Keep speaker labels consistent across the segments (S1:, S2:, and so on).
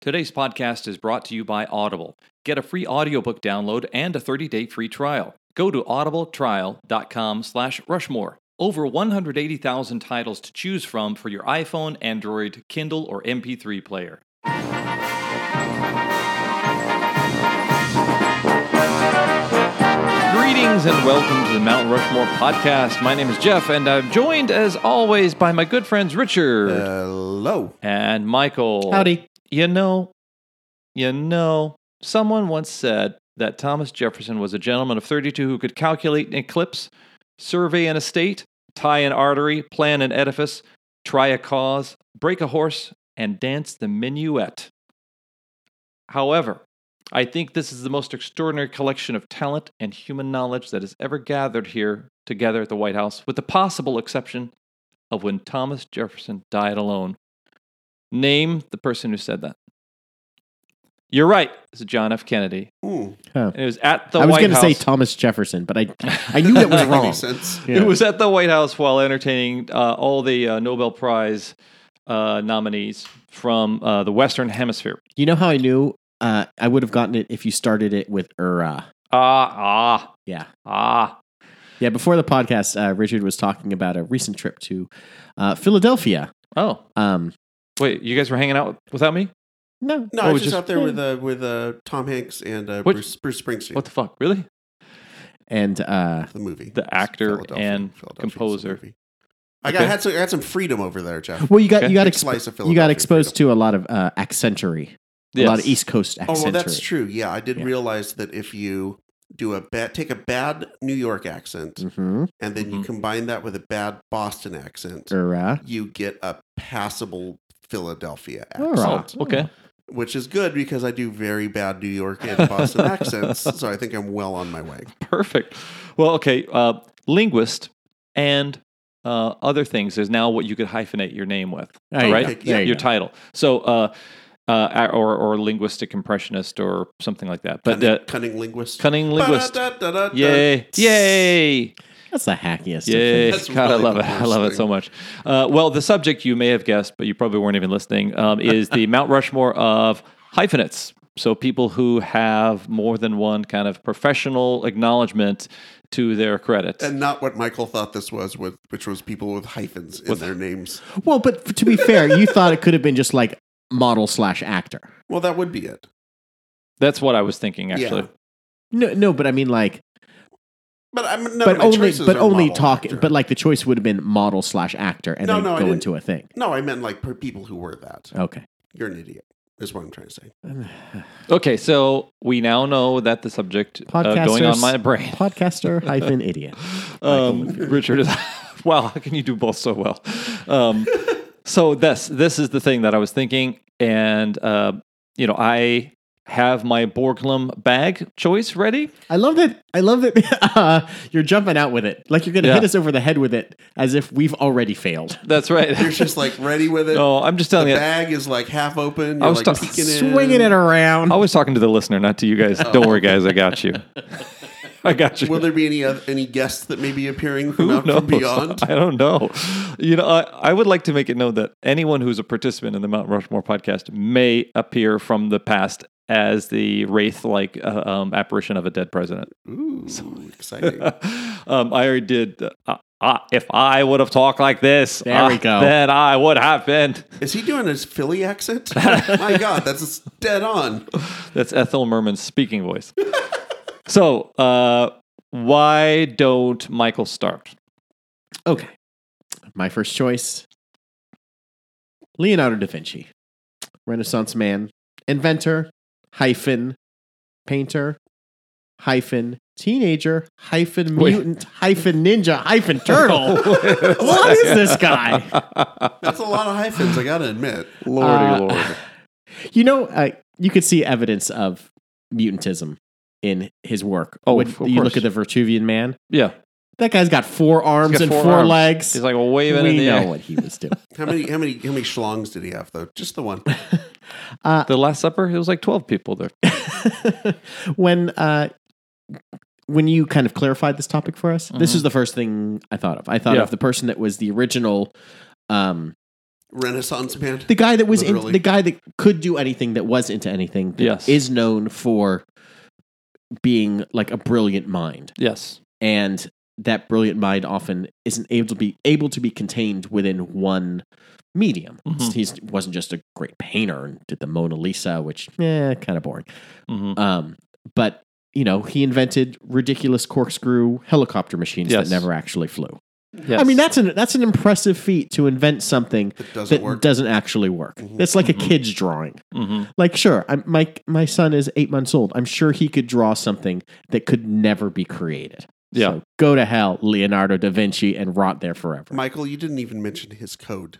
S1: Today's podcast is brought to you by Audible. Get a free audiobook download and a 30-day free trial. Go to audibletrial.com slash rushmore. Over 180,000 titles to choose from for your iPhone, Android, Kindle, or MP3 player. Greetings and welcome to the Mount Rushmore podcast. My name is Jeff, and I'm joined, as always, by my good friends Richard
S2: Hello.
S1: and Michael.
S3: Howdy.
S1: You know, you know, someone once said that Thomas Jefferson was a gentleman of 32 who could calculate an eclipse, survey an estate, tie an artery, plan an edifice, try a cause, break a horse, and dance the minuet. However, I think this is the most extraordinary collection of talent and human knowledge that is ever gathered here together at the White House, with the possible exception of when Thomas Jefferson died alone. Name the person who said that. You're right. This is John F. Kennedy.
S2: Ooh,
S1: And it was at the
S3: I was
S1: White
S3: going to
S1: House.
S3: say Thomas Jefferson, but I I knew that was
S2: that
S3: wrong.
S2: makes sense.
S3: Yeah.
S1: It was at the White House while entertaining uh, all the uh, Nobel Prize uh, nominees from uh, the Western Hemisphere.
S3: You know how I knew? Uh, I would have gotten it if you started it with "ura."
S1: Ah, ah,
S3: Yeah,
S1: ah.
S3: yeah. Before the podcast, uh, Richard was talking about a recent trip to uh, Philadelphia.
S1: Oh,
S3: Um,
S1: wait. You guys were hanging out without me?
S3: no,
S2: No,
S1: Oh,
S2: I
S1: it
S2: was just,
S1: just-
S2: out there with uh, with uh, Tom Hanks and uh,
S1: What-
S2: Bruce, Bruce Springsteen.
S1: What the fuck? Really?
S3: and uh,
S2: the movie?
S1: The
S2: It's
S1: actor
S2: Philadelphia-
S1: and
S2: Philadelphia is the
S1: composer.
S2: movie. I, got,
S1: Okay.
S2: had some I had some freedom over there, Jeff.
S3: well, you got
S1: Okay.
S3: you got
S2: Big
S3: exp-
S2: slice of
S3: you got
S2: Philadelphia
S3: exposed to a lot of uh, accentuary, a lot of East Coast accentuary.
S2: Oh, well, that's true. Yeah, I did
S3: Yeah.
S2: realize that if you do a bad, take a bad New York accent,
S3: Mm-hmm.
S2: and then you
S1: Mhm.
S2: combine that with a bad Boston accent,
S3: Ura.
S2: you get a passable Philadelphia
S3: All
S2: accent.
S1: Oh,
S3: Right.
S1: okay.
S2: which is good because I do very bad New York and Boston accents, so I think I'm well on my way.
S1: Perfect. Well, okay. Uh, linguist and uh, other things is now what you could hyphenate your name with.
S3: There you
S1: right?
S3: go.
S2: Pick
S3: There
S2: your-
S3: you
S1: your
S3: go.
S1: title. So, uh, uh, or or linguistic impressionist or something like that. But
S2: cunning,
S1: uh,
S2: cunning linguist.
S1: cunning linguist.
S2: Ba-da-da-da-da-da.
S1: Yay! Yay!
S3: That's the hackiest. of
S1: Yay!
S3: things.
S2: That's
S1: God, I
S2: really
S1: love
S2: the
S1: it. I
S2: worst
S1: love it
S2: thing.
S1: so much. Uh, well, the subject you may have guessed, but you probably weren't even listening, um, is the Mount Rushmore of hyphenates. So people who have more than one kind of professional acknowledgement to their credit.
S2: And not what Michael thought this was, with, which was people with hyphens in their names.
S3: Well, but f- to be fair, you thought it could have been just like model slash actor.
S2: Well, that would be it.
S1: That's what I was thinking, actually.
S2: Yeah.
S3: No, no, but I mean like
S2: But I'm none
S3: but
S2: of my
S3: only
S2: choices
S3: but
S2: are
S3: only
S2: model
S3: talk
S2: actor.
S3: but like the choice would have been model slash actor and
S2: No,
S3: then
S2: no, I
S3: go
S2: didn't-
S3: into a thing
S2: no, I meant like per people who were that.
S3: okay
S2: You're an idiot. Is what I'm trying to say.
S1: Okay, so we now know that the subject uh, going on
S3: Podcasters-
S1: my brain
S3: podcaster hyphen idiot
S1: um, Richard is wow. How can you do both so well? Um, so this this is the thing that I was thinking, and uh, you know I have my Borglum bag choice ready.
S3: i love that i love that uh, you're jumping out with it like you're gonna
S1: Yeah.
S3: hit us over the head with it as if we've already failed
S1: That's right.
S2: You're just like ready with it.
S1: no, I'm just
S2: the
S1: telling you.
S2: bag is like half open. You're
S1: Oh, I was
S2: like
S1: ta-
S2: peeking in.
S3: swinging it around
S1: I was talking to the listener, not to you guys. Don't worry, guys. I got you. I got you.
S2: Will there be any oth- any guests that may be appearing from
S1: Who
S2: out from
S1: knows?
S2: beyond?
S1: I don't know. You know, I, I would like to make it known that anyone who's a participant in the Mount Rushmore podcast may appear from the past as the wraith-like uh, um, apparition of a dead president.
S2: Ooh, exciting!
S1: um, I already did. Uh, uh, if I would have talked like this,
S3: There we
S1: uh,
S3: go.
S1: then I would have been.
S2: Is he doing his Philly accent? My God, that's dead on.
S1: That's Ethel Merman's speaking voice. so, uh, why don't Michael start?
S3: okay my first choice leonardo da vinci renaissance man inventor hyphen painter hyphen teenager hyphen
S1: Wait.
S3: mutant hyphen ninja hyphen turtle what is this guy
S2: That's a lot of hyphens, I gotta admit. Um,
S1: Lordy,
S3: Uh,
S1: lord.
S3: you know uh, you could see evidence of mutantism in his work
S1: Oh,
S3: when
S1: of
S3: you
S1: course.
S3: look at the vitruvian man
S1: Yeah,
S3: that guy's got four arms
S1: got
S3: and
S1: four
S3: four,
S1: arms.
S3: legs
S1: he's like waving in
S3: we
S1: the
S3: know
S1: air.
S3: what he was doing
S2: How many how many how many schlongs did he have though? Just the one.
S3: Uh,
S1: The Last Supper, it was like 12 people there.
S3: when uh when you kind of clarified this topic for us, this is the first thing I thought of. I thought
S1: Yeah.
S3: of the person that was the original um
S2: Renaissance band.
S3: The guy that was in,
S2: Literally.
S3: the guy that could do anything that was into anything that
S1: Yes.
S3: is known for being like a brilliant mind.
S1: Yes.
S3: And that brilliant mind often isn't able to be able to be contained within one medium.
S1: Mhm.
S3: He wasn't just a great painter and did the Mona Lisa, which eh, kind of boring.
S1: hmm
S3: Um, but you know, he invented ridiculous corkscrew helicopter machines
S1: Yes.
S3: that never actually flew.
S1: yes.
S3: I mean, that's an that's an impressive feat to invent something
S2: It doesn't
S3: that
S2: work.
S3: doesn't actually work.
S2: Mhm.
S3: That's like a
S1: Mhm.
S3: kid's drawing.
S1: Mhm.
S3: Like, sure, I'm, my my son is eight months old. I'm sure he could draw something that could never be created.
S1: Yeah.
S3: So go to hell, Leonardo da Vinci, and rot there forever.
S2: Michael, you didn't even mention his code.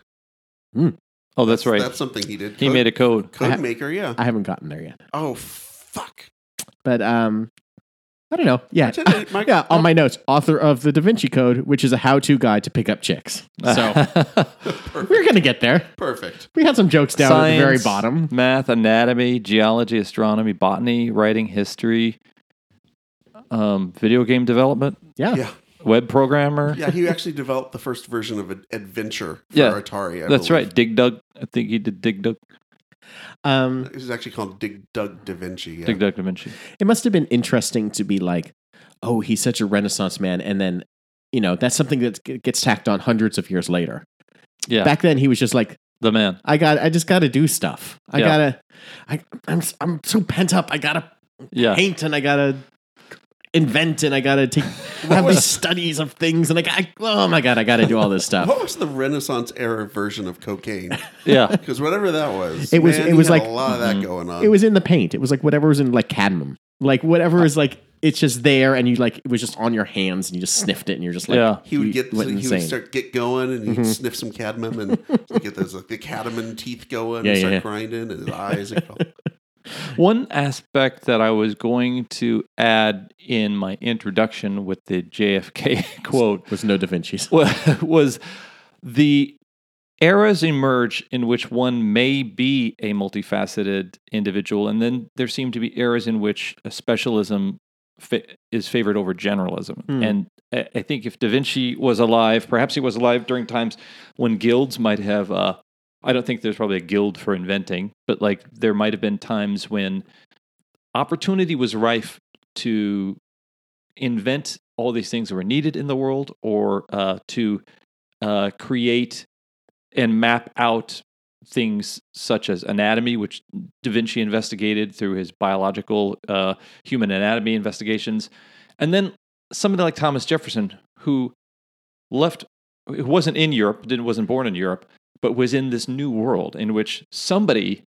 S1: oh, that's right.
S2: That's something he did.
S1: he made a code.
S2: code
S3: I-
S2: maker. Yeah.
S3: I haven't gotten there yet,
S2: oh fuck.
S3: but um, I don't know. Yeah,
S2: Pretend that Mike-
S3: yeah. On my notes, author of the Da Vinci Code, which is a how-to guide to pick up chicks. So we're
S2: Perfect.
S3: gonna get there.
S2: Perfect.
S3: We had some jokes down at the very
S1: Science,
S3: bottom.
S1: Math, anatomy, geology, astronomy, botany, writing, history, um, video game development,
S3: Yeah.
S2: Yeah.
S1: web programmer.
S2: Yeah. He actually developed the first version of an adventure for
S1: Yeah.
S2: Atari. I
S1: that's
S2: believe.
S1: right. Dig Dug. I think he did Dig Dug.
S3: Um,
S2: It was actually called Dig Dug Da Vinci. Yeah.
S1: Dig Dug Da Vinci.
S3: it must have been interesting to be like, oh, he's such a Renaissance man, and then you know that's something that g- gets tacked on hundreds of years later.
S1: Yeah.
S3: Back then, he was just like,
S1: the man.
S3: I got, I just got to do stuff. I
S1: Yeah.
S3: gotta, I, I'm, I'm so pent up. I gotta
S1: Yeah.
S3: paint and I gotta invent and I gotta take have these studies of things and I, got, oh my god, I gotta do all this stuff.
S2: What was the Renaissance era version of cocaine?
S1: Yeah.
S2: Because whatever that was,
S3: It was-
S2: man,
S3: it
S2: he
S3: was
S2: had
S3: like- Mm-hmm.
S2: a lot of that going on.
S3: It was in the paint. It was like whatever was in like cadmium. Like whatever is like it's just there and you like it was just on your hands and you just sniffed it and you're just like
S1: Yeah.
S2: he would
S3: you
S2: get
S3: went
S2: he
S3: insane. Mm-hmm.
S2: would start get going and he'd sniff some cadmium and get those like the cadmium teeth going
S3: Yeah,
S2: and
S3: yeah,
S2: start
S3: yeah.
S2: grinding and his eyes. Are going.
S1: One aspect that I was going to add in my introduction with the JFK quote
S3: was no Da Vinci's.
S1: wa- was the eras emerge in which one may be a multifaceted individual, and then there seem to be eras in which a specialism fa- is favored over generalism.
S3: Hmm.
S1: And I-, I think if Da Vinci was alive, perhaps he was alive during times when guilds might have. Uh, I don't think there's probably a guild for inventing, but like there might have been times when opportunity was rife to invent all these things that were needed in the world or uh, to uh, create and map out things such as anatomy, which Da Vinci investigated through his biological uh, human anatomy investigations. And then somebody like Thomas Jefferson, who left, who wasn't in Europe, didn't, wasn't born in Europe, but was in this new world in which somebody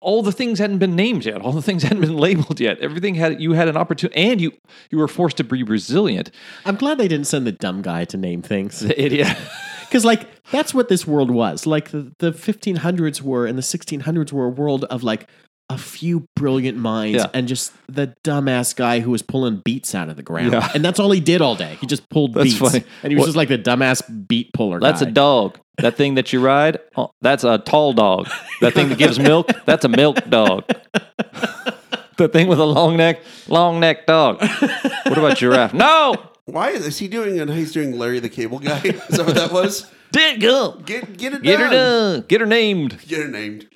S1: all the things hadn't been named yet all the things hadn't been labeled yet everything had you had an opportunity and you you were forced to be resilient
S3: I'm glad they didn't send the dumb guy to name things.
S1: the idiot
S3: Because, like, that's what this world was. Like, the, the 1500s were and the 1600s were a world of, like, a few brilliant minds
S1: Yeah.
S3: and just the dumbass guy who was pulling beats out of the ground.
S1: Yeah.
S3: And that's all he did all day. He just pulled
S1: That's
S3: beats.
S1: funny.
S3: And he was
S1: What-
S3: just like the dumbass beat puller
S1: that's
S3: guy.
S1: a dog that thing that you ride oh, that's a tall dog that thing that gives milk that's a milk dog the thing with a long neck long neck dog what about giraffe no
S2: Why is, is he doing? And he's doing Larry the Cable Guy. Is that what that was?
S1: did go
S2: Get get it
S1: get her
S2: done.
S1: done get her named
S2: Get it named.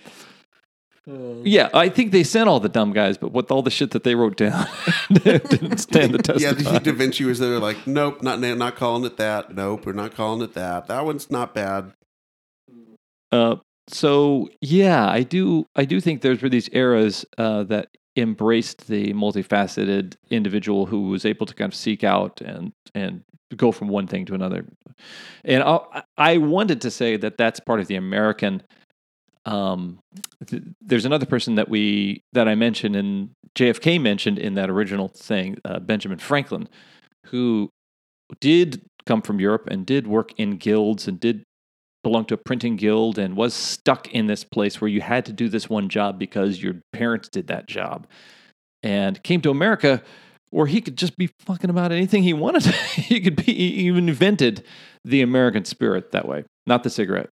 S1: yeah i think they sent all the dumb guys but with all the shit that they wrote down didn't stand the test
S2: Yeah,
S1: of
S2: the
S1: time.
S2: Da Vinci was there. Like, nope, not na- not calling it that. Nope, we're not calling it that. That one's not bad.
S1: Uh, so yeah, I do. I do think there's were these eras uh, that embraced the multifaceted individual who was able to kind of seek out and and go from one thing to another. And I, I wanted to say that that's part of the American. Um, th- there's another person that we that I mentioned and JFK mentioned in that original thing, uh, Benjamin Franklin, who did come from Europe and did work in guilds and did belonged to a printing guild and was stuck in this place where you had to do this one job because your parents did that job and came to America where he could just be fucking about anything he wanted. he could be he even invented the American spirit that way. Not the cigarette.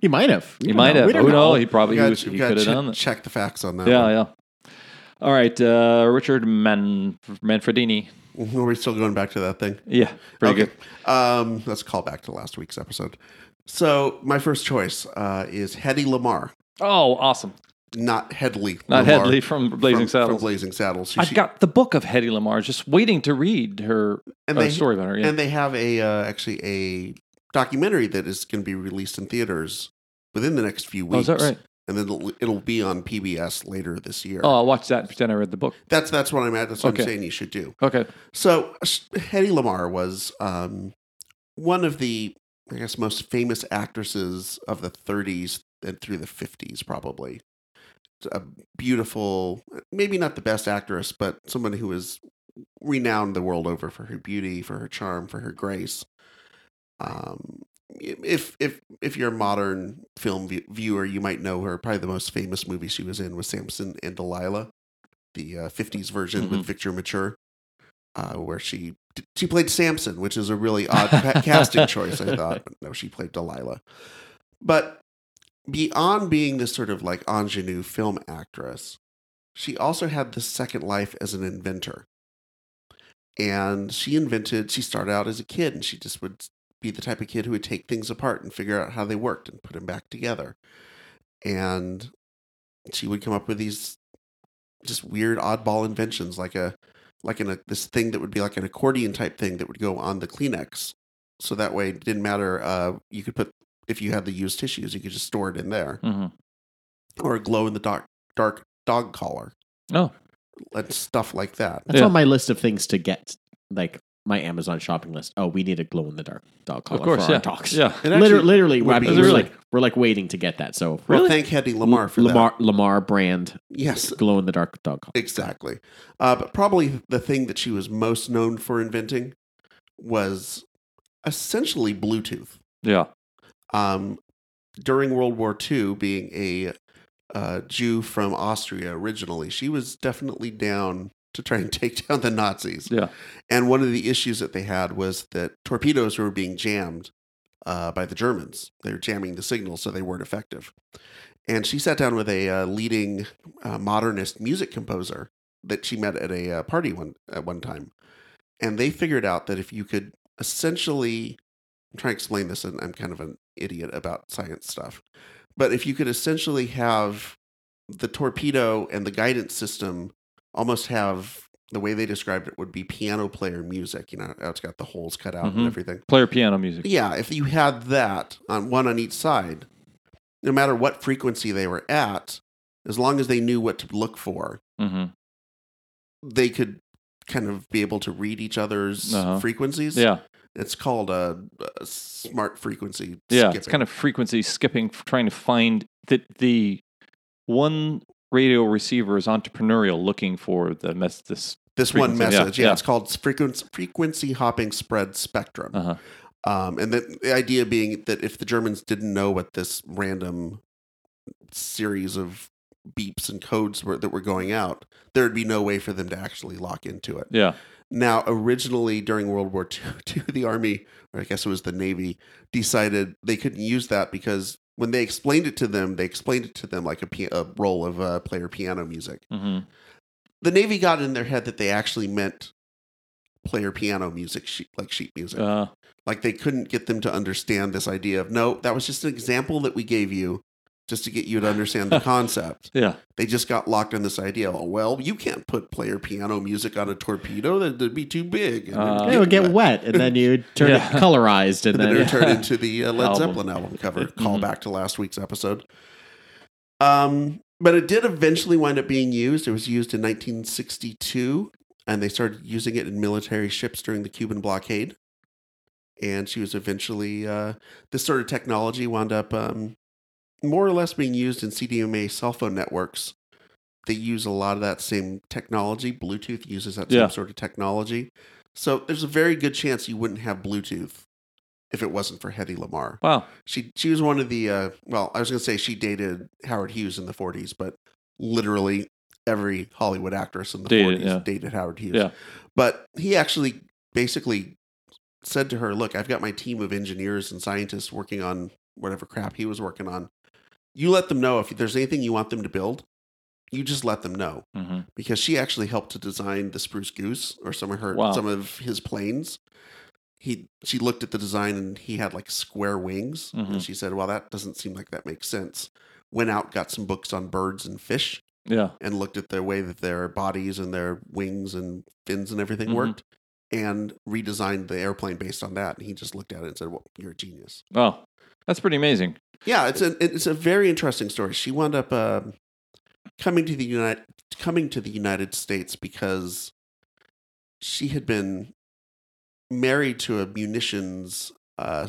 S3: He might have. We
S1: He
S3: don't
S1: might
S3: know.
S1: have.
S3: We don't
S1: Who
S3: know.
S1: knows? He probably
S2: We
S1: he,
S2: gotta-
S1: was-
S2: we
S1: he
S2: gotta
S1: could have
S2: che-
S1: done that.
S2: Check the facts on that.
S1: Yeah,
S2: one.
S1: yeah. All right, uh, Richard Man- Manfredini.
S2: Mhm, We're still going back to that thing.
S1: Yeah, pretty
S2: Okay. Um, let's call back to last week's episode. So my first choice uh, is Hedy Lamar,
S1: Oh, awesome.
S2: not Headley.
S1: Not
S2: Lamar
S1: Hedley from Blazing
S2: from, From
S1: Saddles.
S2: Blazing Saddles. She-
S1: I've
S2: she-
S1: got the book of Hedy Lamar just waiting to read her
S2: and
S1: or
S2: they
S1: story about her. Oh, Yeah.
S2: and they have a uh, actually a documentary that is going to be released in theaters within the next few
S1: oh,
S2: weeks.
S1: is that right?
S2: And then it'll, it'll be on PBS later this year.
S1: Oh, I'll watch that and pretend I read the book.
S2: That's that's what I'm at. That's what
S1: Okay.
S2: I'm saying you should do.
S1: Okay.
S2: So S- Hedy Lamarr was um, one of the, I guess, most famous actresses of the 30s and through the 50s, probably. A beautiful, maybe not the best actress, but someone who was renowned the world over for her beauty, for her charm, for her grace. Um, if if if you're a modern film view- viewer, you might know her. Probably the most famous movie she was in was Samson and Delilah, the uh, 50s version with Victor Mature uh, where she she played Samson, which is a really odd ca- casting choice. I thought no, she played Delilah. But beyond being this sort of like ingenue film actress, she also had this second life as an inventor. And she invented. She started out as a kid, and she just would be the type of kid who would take things apart and figure out how they worked and put them back together. And she would come up with these just weird oddball inventions like a like in a this thing that would be like an accordion type thing that would go on the Kleenex. So that way it didn't matter uh you could put if you had the used tissues, you could just store it in there.
S1: hmm
S2: Or a glow in the dark dark dog collar.
S1: Oh.
S2: And stuff like that.
S3: That's
S1: Yeah.
S3: on my list of things to get, like my Amazon shopping list. Oh, we need a glow in the dark dog collar
S1: Of course.
S3: for
S1: Yeah.
S3: our talks.
S1: Yeah.
S2: It
S3: literally,
S2: actually-
S3: literally,
S2: would
S3: I
S2: be
S3: mean,
S1: really-
S3: we're like we're like waiting to get that. So
S2: well,
S1: Really?
S2: thank Hedy Lamar for
S3: Lamar
S2: that.
S3: Lamar brand
S2: Yes,
S3: glow in the dark dog collar.
S2: exactly. Uh, but probably the thing that she was most known for inventing was essentially Bluetooth.
S1: Yeah.
S2: um, during World War II, being a uh, Jew from Austria originally, she was definitely down to try and take down the Nazis.
S1: Yeah.
S2: And one of the issues that they had was that torpedoes were being jammed uh, by the Germans. They were jamming the signal, so they weren't effective. And she sat down with a uh, leading uh, modernist music composer that she met at a uh, party one at one time, and they figured out that if you could essentially, I'm trying to explain this, and I'm kind of an idiot about science stuff, but if you could essentially have the torpedo and the guidance system almost have the way they described it would be piano player music, you know, how it's got the holes cut out
S1: Mhm.
S2: and everything.
S1: Player piano music.
S2: Yeah, if you had that on one on each side, no matter what frequency they were at, as long as they knew what to look for,
S1: hmm
S2: they could kind of be able to read each other's
S1: Uh-huh.
S2: frequencies.
S1: Yeah.
S2: It's called a, a smart frequency.
S1: Yeah. It's kind of frequency skipping, f- trying to find that the one radio receiver is entrepreneurial looking for the mess. This.
S2: this one
S1: frequency, yeah,
S2: message. Yeah,
S1: yeah.
S2: it's called frequency frequency hopping spread spectrum.
S1: Uh-huh.
S2: Um, and the, the idea being that if the Germans didn't know what this random series of beeps and codes were that were going out, there would be no way for them to actually lock into it.
S1: Yeah.
S2: Now, originally during World War II, the Army, or I guess it was the Navy, decided they couldn't use that because when they explained it to them, they explained it to them like a, pi- a role of uh, player piano music
S1: hmm
S2: the Navy got in their head that they actually meant player piano music, sheet, like sheet music.
S1: Uh,
S2: like they couldn't get them to understand this idea of no, that was just an example that we gave you just to get you to understand the concept.
S1: yeah.
S2: They just got locked in this idea. Oh, well, you can't put player piano music on a torpedo; that- that'd be too big. And
S1: Uh,
S2: it'd
S3: It would get wet, and then you turn
S1: Yeah.
S3: it colorized, and
S2: and then
S3: then
S2: it turned into the uh, Led
S1: Album.
S2: Zeppelin album cover.
S1: Mhm.
S2: Call back to last week's episode. Um, but it did eventually wind up being used. It was used in 1962, and they started using it in military ships during the Cuban blockade. And she was eventually uh, this sort of technology wound up um, more or less being used in CDMA cell phone networks. They use a lot of that same technology. Bluetooth uses that same
S1: Yeah.
S2: sort of technology. So there's a very good chance you wouldn't have Bluetooth if it wasn't for Hedy Lamar.
S1: Wow.
S2: She she was one of the uh, well, I was going to say she dated Howard Hughes in the 40s, but literally every Hollywood actress in the
S1: Dated,
S2: 40s
S1: yeah.
S2: dated Howard Hughes.
S1: Yeah.
S2: But he actually basically said to her, "Look, I've got my team of engineers and scientists working on whatever crap he was working on. You let them know if there's anything you want them to build. You just let them know."
S1: hmm
S2: because she actually helped to design the Spruce Goose or some of her
S1: Wow.
S2: some of his planes. he she looked at the design and he had like square wings
S1: Mhm.
S2: and she said well that doesn't seem like that makes sense went out got some books on birds and fish
S1: Yeah.
S2: and looked at the way that their bodies and their wings and fins and everything
S1: Mhm.
S2: worked and redesigned the airplane based on that and he just looked at it and said well you're a genius
S1: Oh, that's pretty amazing.
S2: yeah, it's a it's a very interesting story. She wound up um coming to the United coming to the United States because she had been married to a munitions uh,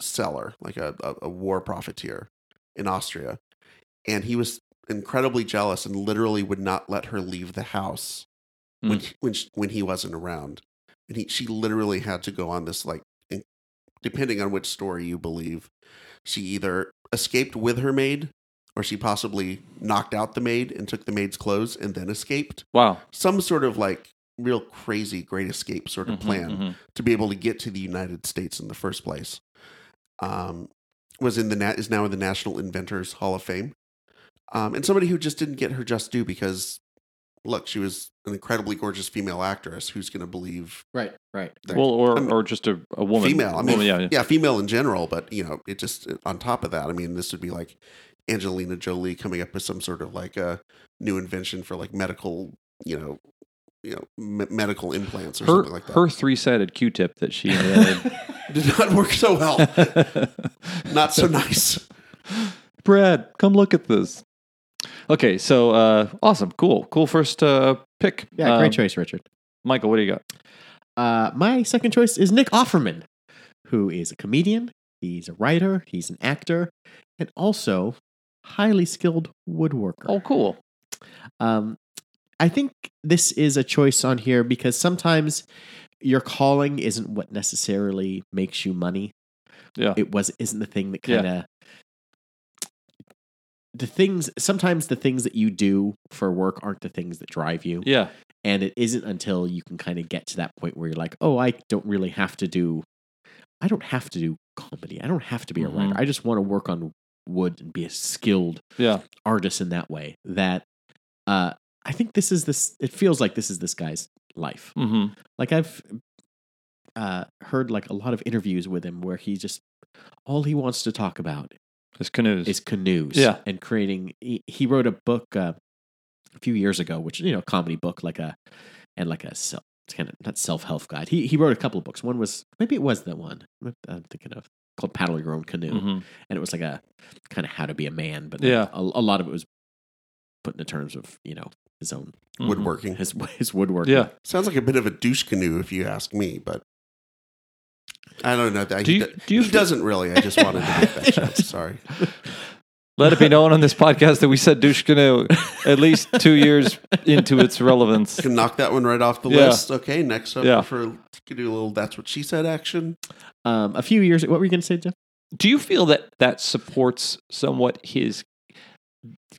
S2: seller, like a, a, a war profiteer in Austria, and he was incredibly jealous and literally would not let her leave the house when when she, when he wasn't around, and he she literally had to go on this like, in- depending on which story you believe, she either escaped with her maid, or she possibly knocked out the maid and took the maid's clothes and then escaped.
S1: Wow.
S2: Some sort of like real crazy great escape sort of
S1: Mhm,
S2: plan
S1: mhm.
S2: to be able to get to the United States in the first place. Um, was in the nat is now in the National Inventors Hall of Fame, um, and somebody who just didn't get her just due because, look, she was an incredibly gorgeous female actress. Who's going to believe
S3: Right, right.
S2: that
S1: Well, or
S2: I mean,
S1: or just a, a woman.
S2: female? I mean,
S1: Woman, yeah, yeah.
S2: female in general. But you know, it just on top of that, I mean, this would be like Angelina Jolie coming up with some sort of like a new invention for like medical, you know, you know, me- medical implants or
S1: Her
S2: something like that.
S1: her three sided Q tip that she invented.
S2: did not work so well. not so nice.
S1: Brad, come look at this. Okay, so uh, awesome, cool, cool first uh, pick.
S3: Yeah, great
S1: Um,
S3: choice, Richard.
S1: Michael. What do you got?
S3: Uh, my second choice is Nick Offerman, who is a comedian, he's a writer, he's an actor, and also highly skilled woodworker.
S1: Oh, cool.
S3: Um, I think this is a choice on here because sometimes your calling isn't what necessarily makes you money.
S1: Yeah.
S3: It was isn't the thing that
S1: Yeah.
S3: kind of the things sometimes the things that you do for work aren't the things that drive you.
S1: Yeah,
S3: And it isn't until you can kind of get to that point where you're like, oh, I don't really have to do, I don't have to do comedy. I don't have to be
S1: Mhm.
S3: a writer. I just want to work on wood and be a skilled
S1: yeah,
S3: artist in that way. That uh, I think this is this, it feels like this is this guy's life.
S1: hmm
S3: Like I've uh, heard like a lot of interviews with him where he just, all he wants to talk about
S1: it's canoes.
S3: is canoes.
S1: Yeah.
S3: And creating, he, he wrote a book uh, a few years ago, which, you know, a comedy book, like a, and like a self, it's kind of not self help guide. He, he wrote a couple of books. One was, maybe it was that one I'm thinking of called Paddle Your Own Canoe.
S1: Mhm.
S3: And it was like a kind of how to be a man, but like
S1: Yeah.
S3: a, a lot of it was put into terms of, you know, his own,
S1: Mhm.
S2: Woodworking
S3: his, his woodwork.
S1: Yeah.
S2: sounds like a bit of a douche canoe, if you ask me. But I don't know. That
S1: Do
S2: he,
S1: you-
S2: do-
S1: do you
S2: he
S1: feel-
S2: doesn't really. I just wanted to make that joke. Sorry.
S1: Let it be known on this podcast that we said douche canoe at least two years into its relevance.
S2: Can knock that one right off the
S1: Yeah.
S2: list. Okay, next up
S1: Yeah.
S2: for could do a little. That's what she said. Action.
S3: Um, a few years, what were you going to say,
S1: Uh,
S3: Jeff?
S1: Do you feel that that supports somewhat his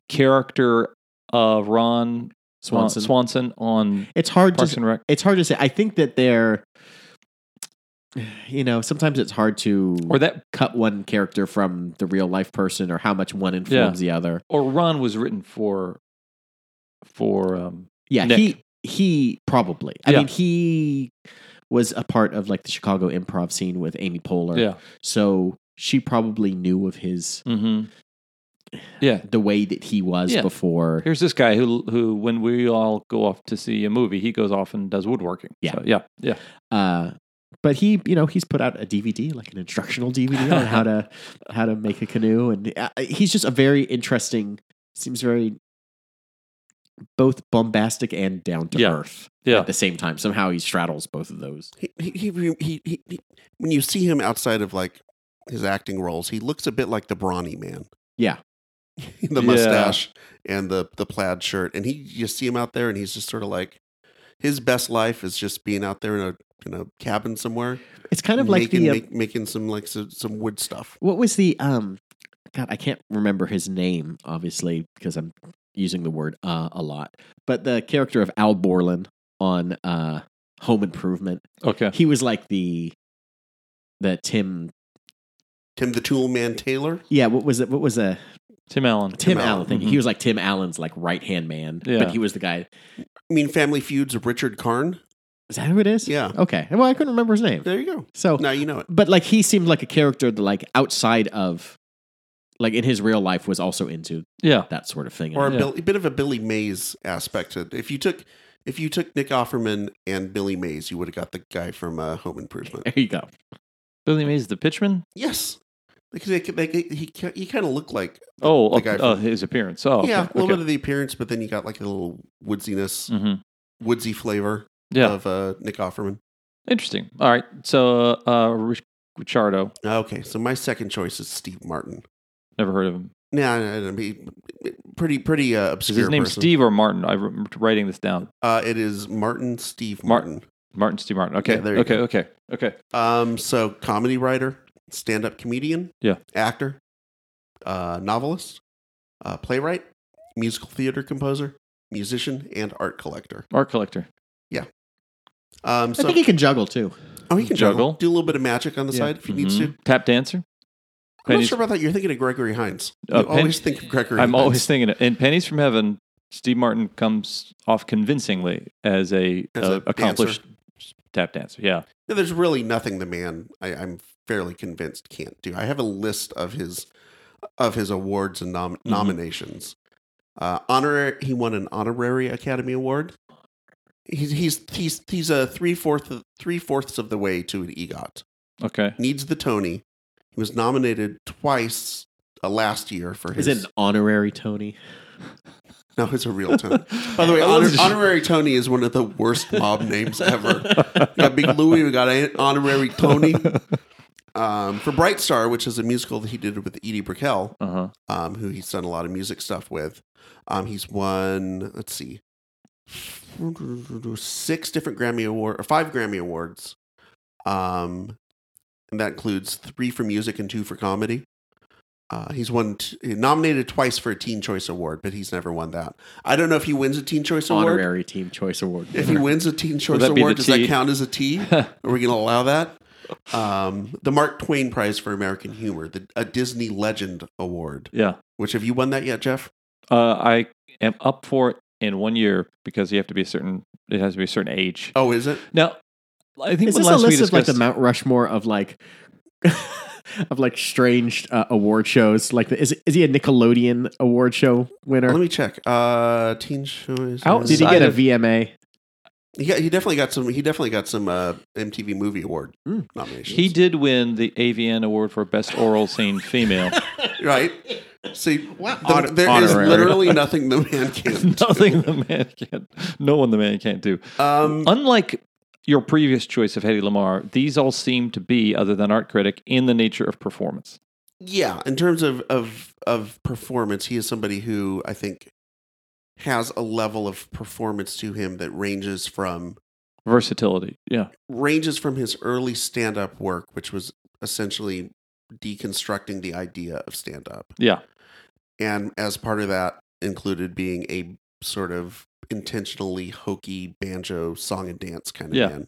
S1: character of Ron
S3: Swanson.
S1: Ron Swanson on
S3: It's hard to
S1: Parks and Rec?
S3: it's hard to say. I think that they're, you know, sometimes it's hard to
S1: Or that
S3: cut one character from the real life person or how much one informs the other.
S1: or Ron was written for for um
S3: Yeah,
S1: Nick.
S3: he he probably. I
S1: Yeah.
S3: mean, he was a part of like the Chicago improv scene with Amy Poehler.
S1: yeah
S3: So she probably knew of his
S1: mm-hmm. yeah
S3: the way that he was
S1: Yeah.
S3: before.
S1: here's this guy who who when we all go off to see a movie he goes off and does woodworking
S3: Yeah.
S1: So, yeah yeah
S3: Uh but he, you know, he's put out a DVD, like an instructional DVD on how to how to make a canoe, and uh, he's just a very interesting. Seems very both bombastic and down to
S1: Yeah.
S3: earth
S1: yeah
S3: at the same time. Somehow he straddles both of those.
S2: He he, he he he he. When you see him outside of like his acting roles, he looks a bit like the brawny man.
S3: Yeah.
S2: the
S1: Yeah.
S2: mustache and the the plaid shirt, and he you see him out there, and he's just sort of like his best life is just being out there in a in a cabin somewhere,
S3: It's kind of like
S2: making
S3: the uh,
S2: make, making some like some, some wood stuff.
S3: what was the um, God, I can't remember his name obviously because I'm using the word uh a lot. But the character of Al Borland on uh Home Improvement,
S1: okay
S3: he was like the the Tim
S2: Tim the Tool Man Taylor.
S3: Yeah, what was it? What was a
S1: Tim Allen
S2: Tim
S3: Tim, Allen,
S2: Allen. Mm-hmm.
S3: thing?
S1: Mhm.
S3: He was like Tim Allen's like right hand man,
S1: Yeah.
S3: but he was the guy.
S2: I mean, Family Feuds of Richard Karn.
S3: Is that who it is?
S2: Yeah.
S3: Okay. Well, I couldn't remember his name.
S2: There you go.
S3: So,
S2: Now you know it.
S3: but like he seemed like a character that like outside of, like in his real life was also into
S1: Yeah.
S3: that sort of thing.
S2: Or a,
S1: Yeah.
S2: Bill, a bit of a Billy Mays aspect to it. If you took if you took Nick Offerman and Billy Mays, you would have got the guy from uh, Home
S1: Eh.
S2: Improvement.
S3: there you go.
S1: Billy Mays the pitchman?
S2: Yes, because they, they, he ki- he kind of looked like
S1: Oh,
S2: the
S1: oh,
S2: guy
S1: oh,
S2: from-
S1: his appearance. Oh,
S2: yeah,
S1: okay,
S2: a little
S1: okay.
S2: bit of the appearance, but then you got like a little woodsiness,
S1: Mhm.
S2: woodsy flavor
S1: Yeah,
S2: of uh, Nick Offerman.
S1: interesting. All right, so uh, Rich- Richardo,
S2: Okay, so my second choice is Steve Martin.
S1: never heard of him.
S2: Nah, nah, nah, he- pretty pretty uh,
S1: Is
S2: obscure.
S1: his name
S2: person.
S1: Steve or Martin? I'm writing this down.
S2: Uh, it is Martin Steve
S1: Martin.
S2: Martin.
S1: Martin Steve Martin. Okay,
S2: Yeah, there you
S1: okay, okay, okay.
S2: Um, so comedy writer, stand-up comedian,
S1: Yeah.
S2: actor, uh, novelist, uh, playwright, musical theater composer, musician, and art collector.
S1: Art collector.
S2: Um, so
S3: I think he can juggle too.
S2: oh, he can
S1: juggle.
S2: juggle. do a little bit of magic on the
S3: Yeah.
S2: side if he needs
S1: Mhm.
S2: to.
S1: Tap dancer.
S2: I'm not
S1: Pennies-
S2: sure about that. You're thinking of Gregory Hines. You
S1: Uh, Pen-
S2: always think of Gregory.
S1: I'm
S2: Hines.
S1: always thinking it. In Pennies from Heaven, Steve Martin comes off convincingly as a,
S2: As
S1: uh,
S2: a
S1: accomplished tap dancer. Yeah.
S2: No, there's really nothing the man I, I'm fairly convinced can't do. I have a list of his of his awards and nom-
S3: Mm-hmm.
S2: nominations. Uh, honor he won an honorary Academy Award. He's he's he's he's a three fourth three fourths of the way to an EGOT.
S1: Okay.
S2: Needs the Tony. He was nominated twice uh, last year for his.
S3: Is it an honorary Tony?
S2: no, it's a real Tony. By the way, honor, honorary Tony is one of the worst mob names ever. We got Big Louie. We got an honorary Tony. Um, for Bright Star, which is a musical that he did with Edie Brickell,
S1: Uh huh.
S2: um, who he's done a lot of music stuff with. Um, he's won, let's see, six different Grammy Award or five Grammy Awards. Um, and that includes three for music and two for comedy. Uh, he's won t- nominated twice for a Teen Choice Award, but he's never won that. I don't know if he wins a Teen Choice Award.
S3: honorary Team Choice Award.
S2: If he wins a Teen Choice
S1: that be the
S2: Award, does
S1: T?
S2: that count as a T? Are we going to allow that? Um, the Mark Twain Prize for American Humor, the, a Disney Legend Award.
S1: Yeah.
S2: Which have you won that yet, Jeff?
S1: Uh, I am up for it in one year because you have to be a certain. It has to be a certain age.
S2: Oh, is it?
S1: Now, I think
S3: Is
S1: when
S3: this a
S1: last we
S3: list of like
S1: discussed
S3: the Mount Rushmore of like of like strange uh, award shows? Like, the, is is he a Nickelodeon award show winner?
S2: Let me check. Uh, teen Choice.
S1: Outside-
S3: Oh, Did he get a
S1: of-
S3: VMA?
S2: He, got, he definitely got some. He definitely got some uh, MTV Movie Award
S3: Hmm.
S2: nominations.
S1: he did win the AVN award for best oral scene female.
S2: right. See,
S3: What
S2: the-
S3: honor-
S2: there is
S3: honorary.
S2: literally nothing the man can.
S1: Nothing the man can't. No one the man can't do.
S2: Um,
S1: Unlike your previous choice of Hedy Lamarr, these all seem to be, other than art critic, in the nature of performance.
S2: yeah in terms of of of performance he is somebody who i think has a level of performance to him that ranges from
S1: Versatility. Yeah.
S2: ranges from his early stand up work which was essentially deconstructing the idea of stand up
S1: Yeah.
S2: and as part of that included being a sort of intentionally hokey banjo song and dance kind of
S1: Yeah.
S2: man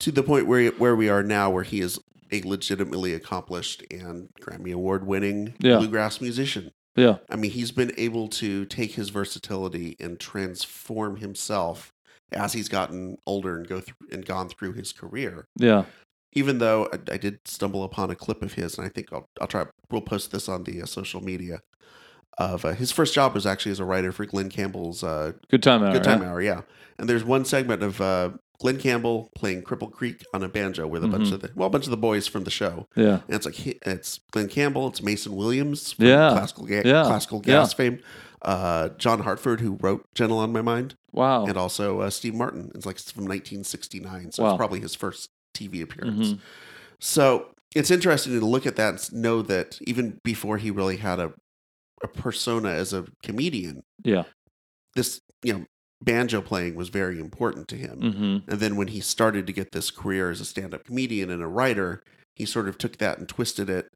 S2: to the point where where we are now where he is a legitimately accomplished and Grammy award winning
S1: Yeah.
S2: bluegrass musician.
S1: Yeah.
S2: I mean, he's been able to take his versatility and transform himself as he's gotten older and go through and gone through his career
S1: Yeah.
S2: even though I, I did stumble upon a clip of his, and I think I'll, I'll try. We'll post this on the uh, social media. Of uh, his first job was actually as a writer for Glenn Campbell's uh,
S1: Good time hour.
S2: Good Time
S1: huh?
S2: Hour, yeah. And there's one segment of uh, Glenn Campbell playing Cripple Creek on a banjo with a bunch
S1: Mhm.
S2: of the well, a bunch of the boys from the show.
S1: Yeah.
S2: And it's like he- it's Glenn Campbell, it's Mason Williams, from
S1: Yeah.
S2: classical ga-
S1: Yeah.
S2: classical
S1: Yeah.
S2: gas fame, uh, John Hartford who wrote Gentle on My Mind,
S1: Wow.
S2: and also uh, Steve Martin. It's like it's from 1969, so
S1: Wow.
S2: it's probably his first TV appearance.
S1: Mhm.
S2: So it's interesting to look at that and s- know that even before he really had a, a persona as a comedian,
S1: Yeah.
S2: this, you know, banjo playing was very important to him.
S1: hmm
S2: And then when he started to get this career as a stand up comedian and a writer, he sort of took that and twisted it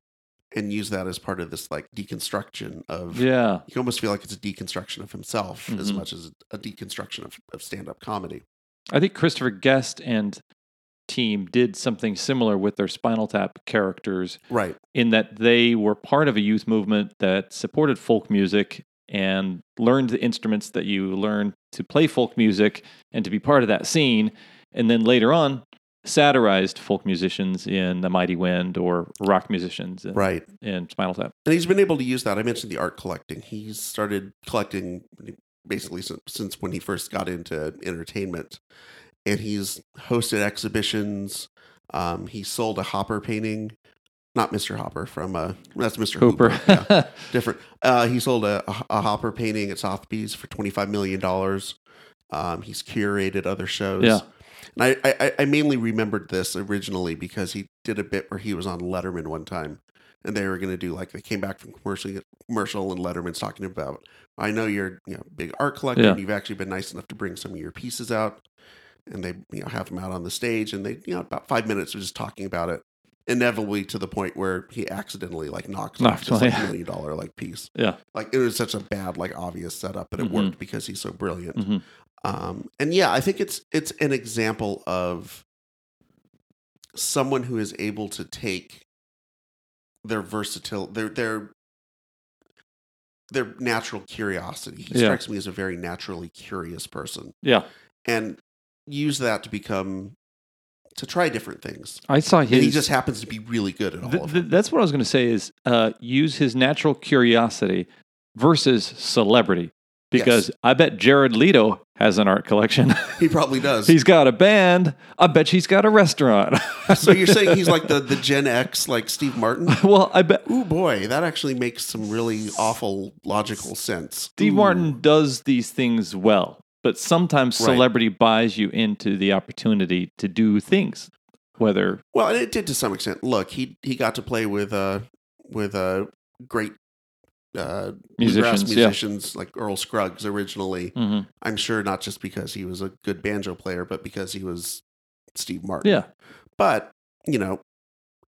S2: and used that as part of this like deconstruction of.
S1: Yeah.
S2: You can almost feel like it's a deconstruction of himself as
S1: Mhm.
S2: much as a deconstruction of, of stand up comedy.
S1: I think Christopher Guest and team did something similar with their Spinal Tap characters
S2: Right.
S1: in that they were part of a youth movement that supported folk music and learned the instruments that you learn to play folk music and to be part of that scene and then later on satirized folk musicians in The Mighty Wind or rock musicians in,
S2: Right.
S1: in Spinal Tap.
S2: And he's been able to use that. I mentioned the art collecting. He started collecting basically since, since when he first got into entertainment. And he's hosted exhibitions. Um, he sold a Hopper painting, not Mr. Hopper from uh, that's Mr. Hooper.
S1: Hooper.
S2: Yeah, different. Uh, he sold a, a Hopper painting at Sotheby's for twenty five million dollars. Um, he's curated other shows.
S1: Yeah.
S2: And I, I, I mainly remembered this originally because he did a bit where he was on Letterman one time, and they were going to do like they came back from commercial, commercial, and Letterman's talking about, I know you're you know big art collector,
S1: Yeah.
S2: and you've actually been nice enough to bring some of your pieces out, and they you know have them out on the stage, and they you know about five minutes of just talking about it, inevitably to the point where he accidentally like knocks off
S1: Knocked
S2: just
S1: one,
S2: like
S1: yeah.
S2: a million dollar like piece,
S1: Yeah.
S2: like it was such a bad like obvious setup, but it
S1: Mhm.
S2: worked because he's so brilliant
S1: hmm
S2: um and yeah i think it's it's an example of someone who is able to take their versatile their their their natural curiosity he
S1: Yeah.
S2: strikes me as a very naturally curious person
S1: Yeah.
S2: and use that to become to try different things
S1: I saw
S2: and
S1: his.
S2: he just happens to be really good at all
S1: Th-
S2: of
S1: th-
S2: them
S1: that's what I was going to say is uh, use his natural curiosity versus celebrity. Because I bet Jared Leto has an art collection.
S2: he probably does
S1: he's got a band. I bet he's got a restaurant.
S2: so you're saying he's like the the gen x like steve martin
S1: well, I bet
S2: Ooh, boy, that actually makes some really awful logical sense.
S1: Steve
S2: Ooh.
S1: Martin does these things well, but sometimes
S2: Right.
S1: celebrity buys you into the opportunity to do things. Whether
S2: Well, and it did to some extent. Look, he he got to play with uh with uh great uh bluegrass
S1: musicians,
S2: musicians like Earl Scruggs originally.
S1: yeah, Mhm.
S2: I'm sure not just because he was a good banjo player, but because he was Steve Martin.
S1: yeah,
S2: But, you know,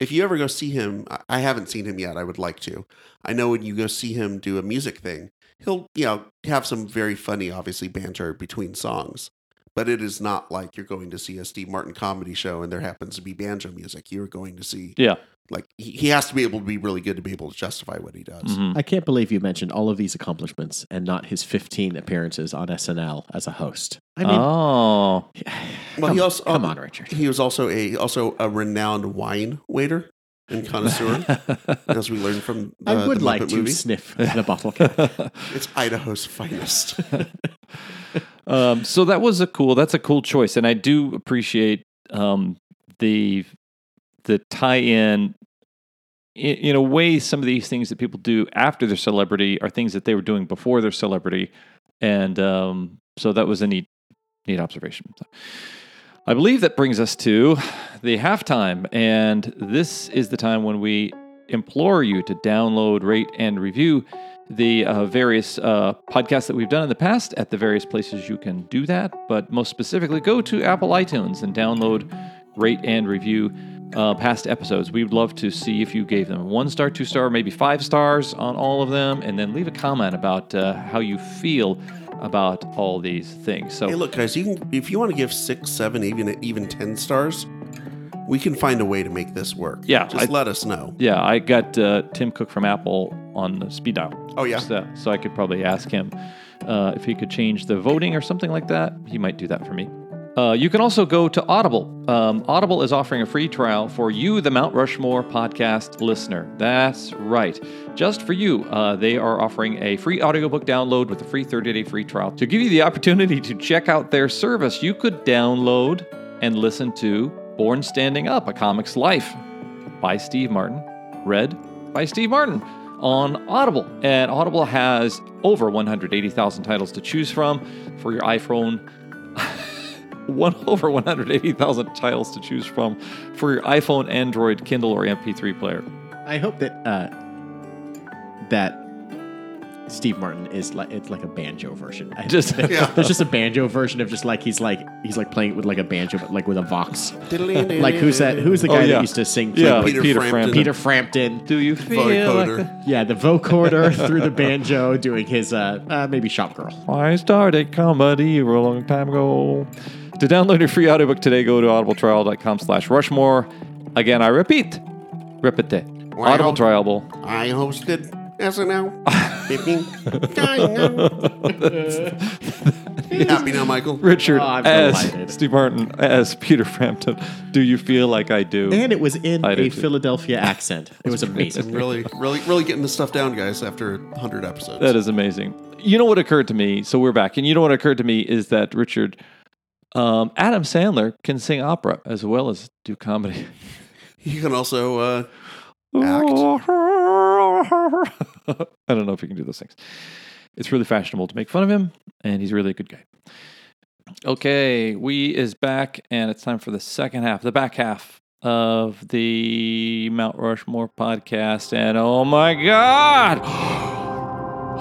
S2: if you ever go see him, I- I haven't seen him yet. I would like to. I know when you go see him do a music thing, he'll, you know, have some very funny, obviously, banter between songs. But it is not like you're going to see a Steve Martin comedy show and there happens to be banjo music. You're going to see,
S1: yeah,
S2: like, he he has to be able to be really good to be able to justify what he does.
S1: Mhm.
S3: I can't believe you mentioned all of these accomplishments and not his 15 appearances on SNL as a host. I mean,
S1: oh,
S2: Well, he also,
S3: come
S2: um,
S3: on, Richard.
S2: He was also a also a renowned wine waiter and connoisseur, as we learned from the,
S3: I would
S2: the
S3: like
S2: Muppet
S3: to
S2: movie.
S3: sniff the bottle cap.
S2: It's Idaho's finest.
S1: Um, so that was a cool. That's a cool choice, and I do appreciate um, the the tie in. In, in a way, some of these things that people do after their celebrity are things that they were doing before their celebrity, and um, so that was a neat neat observation. I believe that brings us to the halftime, and this is the time when we implore you to download, rate, and review the uh, various uh, podcasts that we've done in the past at the various places you can do that. But most specifically, go to Apple iTunes and download, rate, and review uh, past episodes. We'd love to see if you gave them one star, two star, maybe five stars on all of them, and then leave a comment about uh, how you feel about all these things. So
S3: Oh.
S2: Hey, look, guys, you can if you want to give six, seven, even even ten stars, we can find a way to make this work.
S1: Yeah,
S2: just
S1: I-
S2: let us know.
S1: Yeah, I got uh, Tim Cook from Apple on the speed dial.
S2: Oh, yeah?
S1: So, so I could probably ask him uh, if he could change the voting or something like that. He might do that for me. Uh, you can also go to Audible. Um, Audible is offering a free trial for you, the Mount Rushmore podcast listener. That's right. Just for you, uh, they are offering a free audiobook download with a free 30 day free trial. To give you the opportunity to check out their service, you could download and listen to Born Standing Up, A Comic's Life by Steve Martin, read by Steve Martin on Audible. And Audible has over 180,000 titles to choose from for your iPhone. One over 180,000 titles to choose from for your iPhone, Android, Kindle, or MP3 player.
S3: I hope that uh, that Steve Martin is like it's like a banjo version. I
S1: Just-
S2: Yeah.
S3: there's just a banjo version of just like he's like he's like playing with like a banjo, but like with a vox. Like who's that? Who's the
S1: Oh,
S3: guy
S1: yeah.
S3: that used to sing?
S1: Yeah,
S3: Fleetwood-
S2: Peter Frampton.
S3: Peter Frampton.
S1: Do you feel like
S2: Vocoder.
S1: the-
S3: Yeah, the vocoder through the banjo, doing his uh, uh maybe shop girl.
S1: I started comedy a long time ago. To download your free audiobook today, go to audibletrial.com slash Rushmore. Again, I repeat, repete,
S2: Wow.
S1: Audible Trial.
S2: I hosted SNL. Beeping. Happy now, Michael.
S1: Richard
S3: Oh, I'm
S1: as
S3: delighted.
S1: Steve Martin as Peter Frampton. Do you feel like I do?
S3: And it was in
S1: I do
S3: a
S1: too.
S3: Philadelphia accent. It was amazing.
S2: really, really, really getting this stuff down, guys. After hundred episodes,
S1: That is amazing. You know what occurred to me? So we're back, and you know what occurred to me is that Richard, um, Adam Sandler can sing opera as well as do comedy.
S2: you can also uh, Act.
S1: I don't know if he can do those things. It's really fashionable to make fun of him, and he's really a good guy. Okay, we is back, and it's time for the second half, the back half of the Mount Rushmore podcast. And oh my God!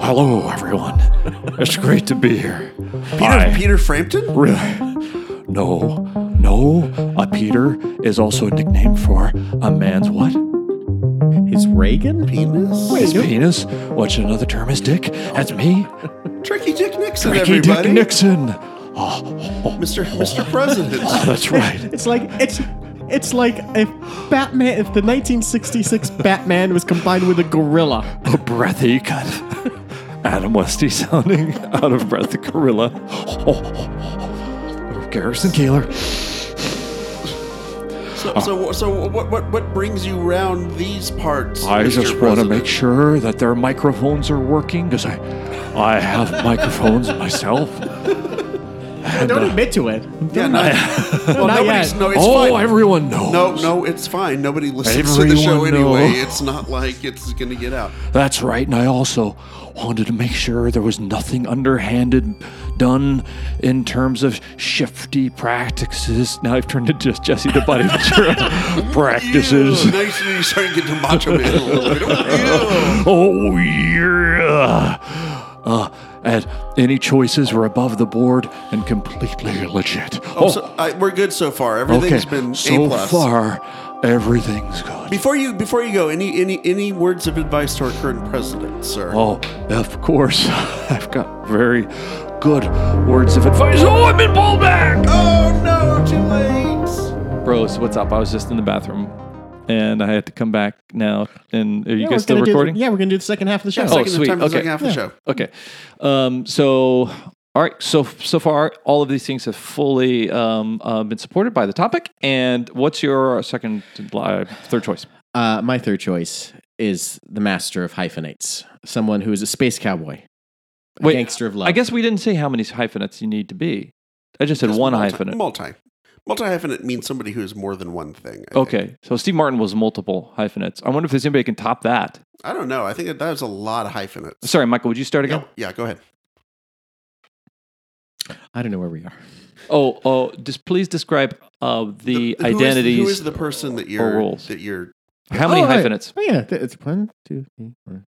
S1: Hello, everyone. It's great to be here.
S2: Peter, Peter Frampton.
S1: Really? No, no. A Peter is also a nickname for a man's what?
S3: His Reagan?
S2: Penis.
S1: His penis, which another term is dick. That's me,
S2: Tricky Dick Nixon,
S1: Ricky Dick
S2: everybody.
S1: Nixon. Oh, oh,
S2: Mr. Mr. President.
S1: oh, that's right.
S3: It's like it's it's like if Batman if the 1966 Batman was combined with a gorilla.
S1: A breathy kind of Adam Westy sounding out of breath gorilla. Oh, Garrison Keeler.
S2: So, so, so what, what, what brings you round these parts?
S1: I
S2: Mr.
S1: just want to
S2: President?
S1: make sure that their microphones are working because I, I have microphones myself. uh,
S3: Don't admit to it.
S2: Yeah, no, well,
S3: Not
S2: nobody's,
S3: yet.
S2: no, it's
S1: oh,
S2: fine.
S1: everyone knows.
S2: No, no, it's fine. Nobody listens to the show
S1: Everyone knows.
S2: anyway. It's not like it's going to get out.
S1: That's right, and I also wanted to make sure there was nothing underhanded done in terms of shifty practices. Now I've turned into just Jesse the Body Ventura practices.
S2: Ew, nice when you start to get to Macho Man a little bit. Ew.
S1: Oh yeah. Uh, and any choices were above the board and completely legit.
S2: Oh, so, I, we're good so far. Everything's been
S1: so
S2: A plus.
S1: far, everything's good.
S2: Before you, before you go, any, any, any words of advice to our current president, sir?
S1: Oh, of course. I've got very good words of advice. Oh, I've been pulled back.
S2: Oh, no, too
S1: Oh,
S2: late.
S1: Bros, what's up? I was just in the bathroom, and I had to come back now. And are you
S3: Yeah, we're
S1: guys still
S3: gonna do the-
S1: recording?
S3: yeah, we're gonna do the second half of the show.
S1: Oh,
S2: Second
S1: sweet.
S2: Time for
S1: Okay.
S2: the second half of the show.
S1: Okay. Um, so, all right. So so far, all of these things have fully um, uh, been supported by the topic. And what's your second, uh, third choice?
S3: Uh, my third choice is the master of hyphenates, someone who is a space cowboy, a
S1: Wait,
S3: gangster of love.
S1: I guess we didn't say how many hyphenates you need to be. I just said
S2: Just
S1: one
S2: multi,
S1: hyphenate.
S2: Multi. Multi hyphenate means somebody who is more than one thing. I think.
S1: Okay, so Steve Martin was multiple hyphenates. I wonder if there's anybody can top that.
S2: I don't know. I think that, that was a lot of hyphenates.
S1: Sorry, Michael, would you start again?
S2: Yeah, yeah, go ahead.
S3: I don't know where we are.
S1: Oh, oh, just please describe uh, the,
S2: who is-
S1: identities.
S2: Who is, the person that you're
S1: roles.
S2: that you're
S1: How many
S3: Oh, right.
S1: hyphenates?
S3: Oh yeah, th- it's one, two, three, four.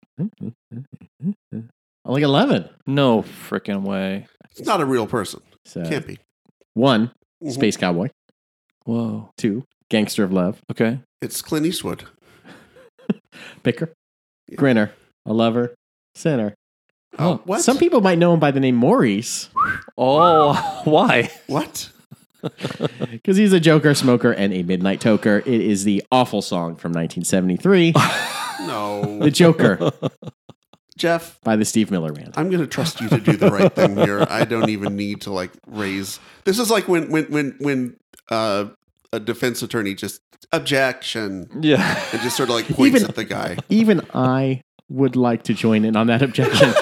S3: Like eleven.
S1: No freaking way.
S2: it's not a real person.
S3: So
S2: Can't be.
S3: one
S2: Mhm.
S3: space cowboy,
S1: Whoa.
S3: two gangster of love,
S1: Okay.
S2: It's Clint Eastwood.
S3: picker,
S2: Yeah.
S3: grinner, a lover, sinner.
S2: Oh, what?
S3: Some people might know him by the name Maurice
S1: Oh, why?
S2: What?
S3: because he's a joker, smoker, and a midnight toker. It is the awful song from 1973,
S2: No.
S3: "The Joker"
S2: Jeff,
S3: by the Steve Miller Band.
S2: I'm going to trust you to do the right thing here. I don't even need to like raise. This is like when when when when uh, a defense attorney just objection
S1: Yeah.
S2: and just sort of like points
S3: Even-
S2: at the guy.
S3: Even I would like to join in on that objection.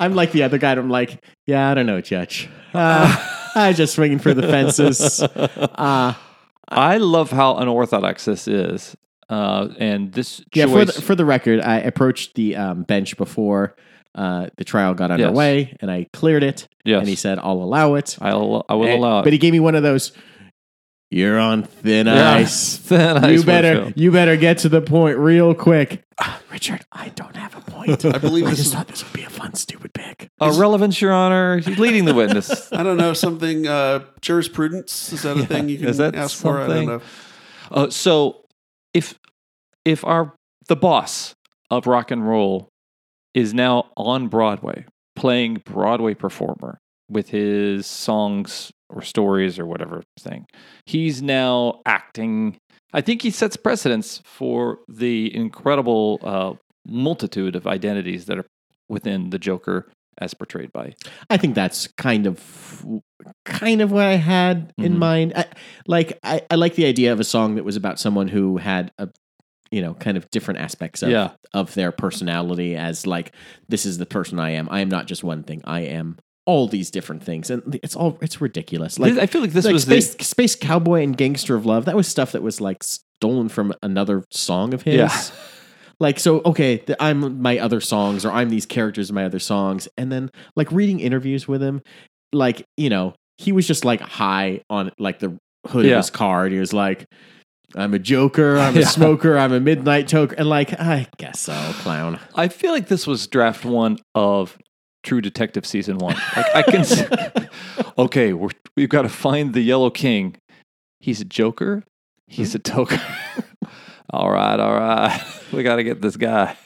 S3: I'm like the other guy. I'm like, yeah, I don't know, Judge. Uh, I just swinging for the fences. Uh,
S1: I love how unorthodox this is. Uh, and this
S3: yeah, for
S1: choice.
S3: the, for the record, I approached the um, bench before uh, the trial got underway, and I cleared it.
S1: yes.
S3: And he said, "I'll allow it."
S1: I'll, I will
S3: And-
S1: allow it.
S3: Eh, But he gave me one of those. You're on thin
S1: Yeah.
S3: ice.
S1: Thin ice
S3: you
S1: would
S3: better
S1: feel.
S3: you better get to the point real quick. Ah, Richard, I don't have a point.
S2: I believe
S3: I
S2: this
S3: just
S2: is-
S3: thought this would be a fun stupid pick.
S1: Uh, relevance, Your Honor. He's leading the witness.
S2: I don't know something uh, jurisprudence is that a thing you can
S1: is that
S2: ask for? I
S1: something?
S2: don't know.
S1: Uh, so if if our the boss of rock and roll is now on Broadway playing Broadway performer with his songs or stories or whatever thing, he's now acting. I think he sets precedence for the incredible uh, multitude of identities that are within the Joker as portrayed by.
S3: I think that's kind of kind of what I had in
S1: Mhm.
S3: mind. I, like I, I like the idea of a song that was about someone who had a you know kind of different aspects of
S1: Yeah.
S3: of their personality as like this is the person I am. I am not just one thing. I am all these different things, and it's all it's ridiculous. Like
S1: I feel like this
S3: like
S1: was
S3: space,
S1: the
S3: space cowboy and gangster of love. That was stuff that was like stolen from another song of his.
S1: Yeah.
S3: Like so, okay. th- I'm my other songs, or I'm these characters in my other songs, and then like reading interviews with him, like you know, he was just like high on like the hood
S1: Yeah.
S3: of his car, and he was like, "I'm a joker, I'm a
S1: Yeah.
S3: smoker, I'm a midnight toker," and like, I guess so, clown.
S1: I feel like this was draft one of True Detective season one. Like I can. s- okay, we're, we've got to find the Yellow King. He's a joker. He's
S3: Hmm.
S1: a toker. all right, all right. We got to get this guy.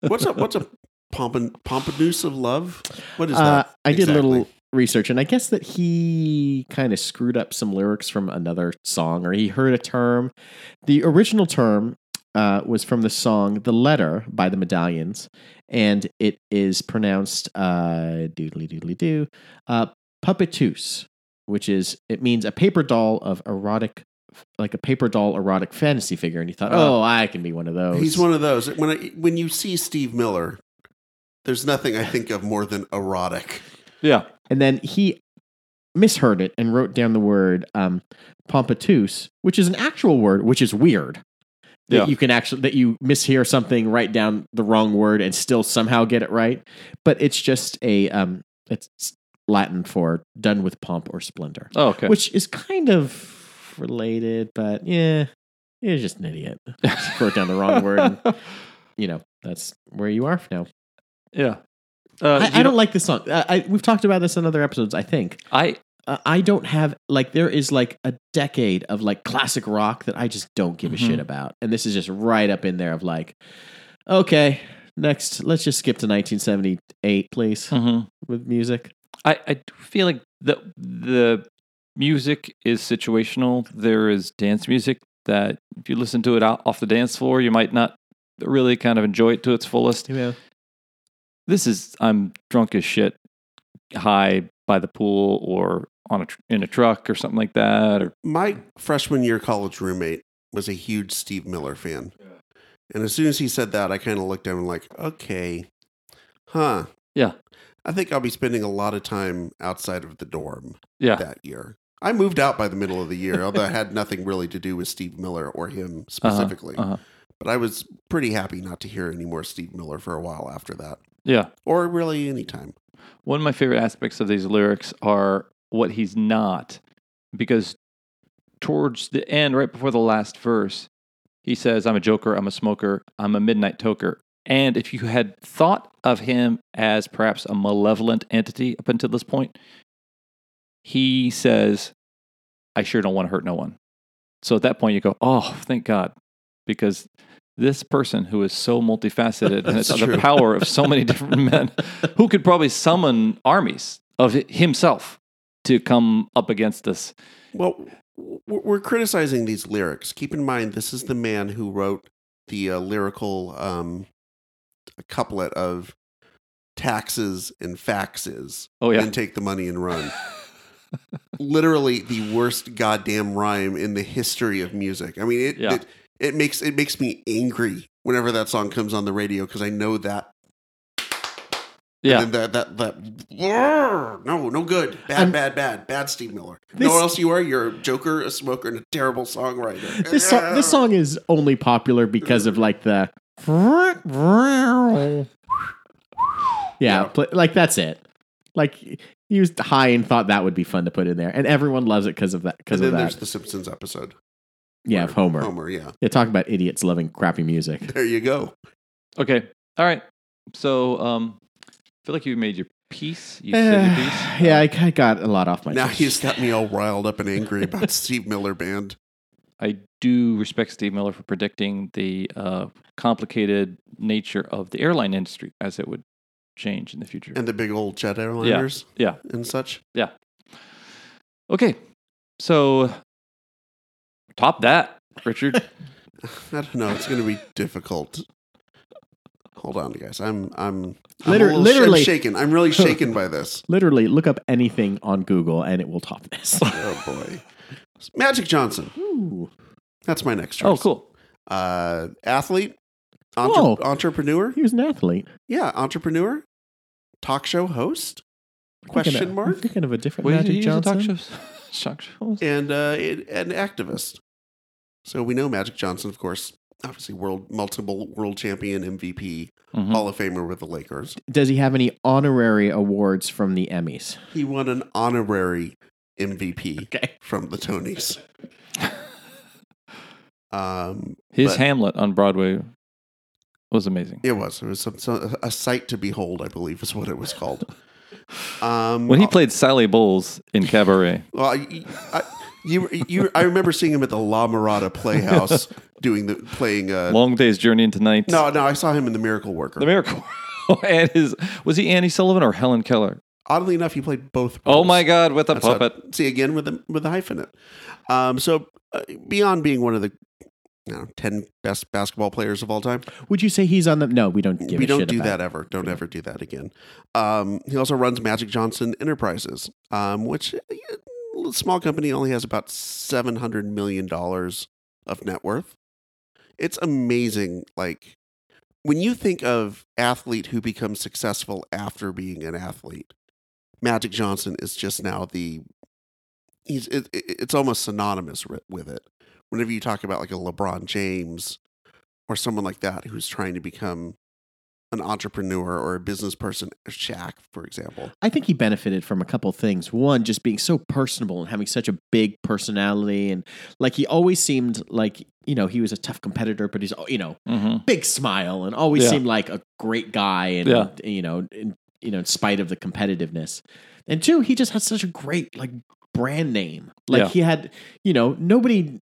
S2: What's a what's a pompin pompanoose of love? What is
S3: Uh,
S2: that?
S3: I did a little
S2: exactly?
S3: research, and I guess that he kind of screwed up some lyrics from another song, or he heard a term. The original term uh, was from the song "The Letter" by the Medallions, and it is pronounced uh, "doodly doodly doo," uh, "puppetus," which is it means a paper doll of erotic. Like a paper doll erotic fantasy figure, and he thought,
S1: Uh,
S3: "Oh, I can be one of those."
S2: He's one of those. When I, when you see Steve Miller, there's nothing I think of more than erotic.
S1: Yeah.
S3: And then he misheard it and wrote down the word um, pompatus, which is an actual word, which is weird. That
S1: Yeah.
S3: you can actually that you mishear something, write down the wrong word, and still somehow get it right. But it's just a um, it's Latin for done with pomp or splendor,
S1: Oh, okay.
S3: which is kind of related, but yeah, you're just an idiot. wrote down the wrong word. And, you know, that's where you are now.
S1: yeah. Uh,
S3: I,
S1: you
S3: I
S1: know,
S3: don't like this song. Uh, I, I, we've talked about this in other episodes, I think.
S1: I
S3: uh, I don't have like there is like a decade of like classic rock that I just don't give a
S1: Mhm.
S2: Mm-hmm.
S3: shit about, and this is just right up in there of like, okay, next let's just skip to 1978, please,
S1: mhm.
S3: with music.
S1: I, I do feel like the the music is situational. There is dance music that if you listen to it out off the dance floor, you might not really kind of enjoy it to its fullest.
S3: Yeah,
S1: This is I'm drunk as shit, high by the pool or on a tr- in a truck or something like that. Or
S2: My freshman year college roommate was a huge Steve Miller fan, and as soon as he said that, I kind of looked at him and like, okay, huh?
S1: Yeah.
S2: I think I'll be spending a lot of time outside of the dorm.
S1: yeah,
S2: that year. I moved out by the middle of the year, although I had nothing really to do with Steve Miller or him specifically.
S1: uh-huh.
S2: But I was pretty happy not to hear any more Steve Miller for a while after that,
S1: yeah.
S2: or really any time.
S1: One of my favorite aspects of these lyrics are what he's not, because towards the end, right before the last verse, he says, I'm a joker, I'm a smoker, I'm a midnight toker. And if you had thought of him as perhaps a malevolent entity up until this point, he says, I sure don't want to hurt no one. So at that point, you go, Oh, thank God, because this person who is so multifaceted and it's
S2: That's
S1: the
S2: true.
S1: power of so many different men who could probably summon armies of hi- himself to come up against us.
S2: Well, w- we're criticizing these lyrics. Keep in mind, this is the man who wrote the uh, lyrical um, couplet of taxes and faxes
S1: Oh, yeah.
S2: and take the money and run. Literally the worst goddamn rhyme in the history of music. I mean, it
S1: Yeah.
S2: it, it makes it makes me angry whenever that song comes on the radio because I know that
S1: Yeah.
S2: and that that that Grrr! no no good bad
S3: I'm-
S2: bad bad bad Steve Miller.
S3: This-
S2: no else you are. You're a joker, a smoker, and a terrible songwriter.
S3: this song, this song is only popular because of like the yeah,
S2: Yeah.
S3: pl- like that's it. Like he was high and thought that would be fun to put in there, and everyone loves it because of that.
S2: And
S3: Because of
S2: then there's
S3: that,
S2: the Simpsons episode.
S3: yeah,
S2: where-
S3: of Homer.
S2: Homer, yeah.
S3: Yeah, talk about idiots loving crappy music.
S2: There you go.
S1: Okay. All right. So um, I feel like you made your peace. You said
S2: Eh,
S1: your piece. Um,
S3: yeah, I, I got a lot off my.
S2: Oh. Now
S3: chest.
S2: he's got me all riled up and angry about Steve Miller Band.
S1: I do respect Steve Miller for predicting the uh, complicated nature of the airline industry as it would change in the future.
S2: and the big old jet airliners
S1: yeah.
S2: and such
S1: okay. So top that, Richard.
S2: i don't know it's going to be difficult Hold on, guys. I'm I'm, i
S3: Liter- literally.
S2: shaken. I'm really shaken by this.
S3: Literally, look up anything on Google and it will top this.
S2: Oh boy, Magic Johnson.
S3: Ooh.
S2: That's my next choice.
S1: Oh, cool.
S2: Uh, athlete,
S3: Whoa.
S2: entre- entrepreneur.
S3: He was an athlete.
S2: Yeah, entrepreneur, talk show host,
S3: Thinking
S2: question
S3: of-
S2: mark,
S3: Thinking of a different
S1: Wait, did
S3: Magic
S1: he used to
S3: Johnson.
S1: talk shows? Talk shows?
S2: and uh, it- an activist. So we know Magic Johnson, of course, obviously world multiple world champion, MVP,
S1: Mhm.
S2: Hall of Famer with the Lakers.
S3: Does he have any honorary awards from the Emmys?
S2: He won an honorary MVP
S3: Okay.
S2: from the Tonys. um,
S1: His
S2: but-
S1: Hamlet on Broadway was amazing.
S2: it was it was some, some, a sight to behold, I believe, is what it was called. Um,
S1: When he played Sally Bowles in Cabaret,
S2: Well, I, I, you, you, I remember seeing him at the La Mirada Playhouse doing the playing. Uh,
S1: Long Day's Journey into Night,
S2: no, no, I saw him in The Miracle Worker.
S1: The Miracle, and his was he Annie Sullivan or Helen Keller?
S2: Oddly enough, he played both.
S1: Oh
S2: roles.
S1: my God, with a
S2: That's
S1: puppet!
S2: how- see again with the with the hyphenate. Um, so uh, beyond being one of the you know, ten best basketball players of all time,
S3: Would you say he's on the? No, we don't give
S2: we
S3: a
S2: don't
S3: shit
S2: do
S3: about
S2: that ever. Don't ever do that again. Um, he also runs Magic Johnson Enterprises, um, which uh, small company only has about seven hundred million dollars of net worth. It's amazing. Like when you think of athlete who becomes successful after being an athlete, Magic Johnson is just now the he's it, it- it's almost synonymous ri- with it. Whenever you talk about like a LeBron James or someone like that who's trying to become an entrepreneur or a business person, Shaq, for example.
S3: I think he benefited from a couple things. One, just being so personable and having such a big personality, and like he always seemed like you know he was a tough competitor, but he's you know
S1: Mhm.
S3: big smile and always
S1: Yeah.
S3: seemed like a great guy, and
S1: Yeah.
S3: you know in, you know in spite of the competitiveness. And two, he just had such a great like brand name. Like
S1: Yeah.
S3: he had you know nobody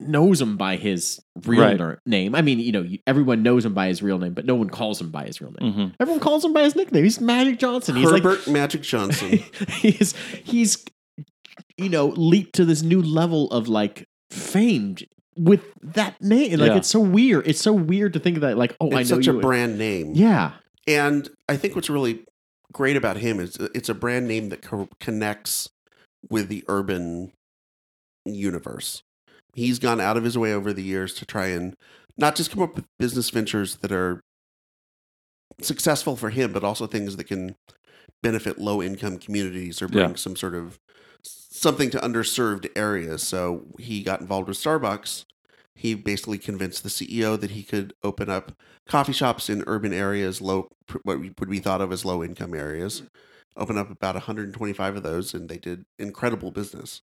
S3: knows him by his real
S1: Right.
S3: ner- name. I mean you know you- everyone knows him by his real name, but no one calls him by his real name.
S1: Mhm.
S3: Everyone calls him by his nickname. He's Magic Johnson. He's like
S2: Herbert Magic Johnson.
S3: he's he's you know leaped to this new level of like fame j- with that name. Like
S1: Yeah.
S3: it's so weird. It's so weird to think of that. Like oh, I know
S2: it's such a
S3: you.
S2: brand name.
S3: yeah,
S2: And I think what's really great about him is uh, it's a brand name that co- connects with the urban universe. He's gone out of his way over the years to try and not just come up with business ventures that are successful for him, but also things that can benefit low income communities or bring
S1: Yeah.
S2: some sort of something to underserved areas. So he got involved with Starbucks. He basically convinced the CEO that he could open up coffee shops in urban areas, low what would be thought of as low income areas. Open up about 125 of those, and they did incredible business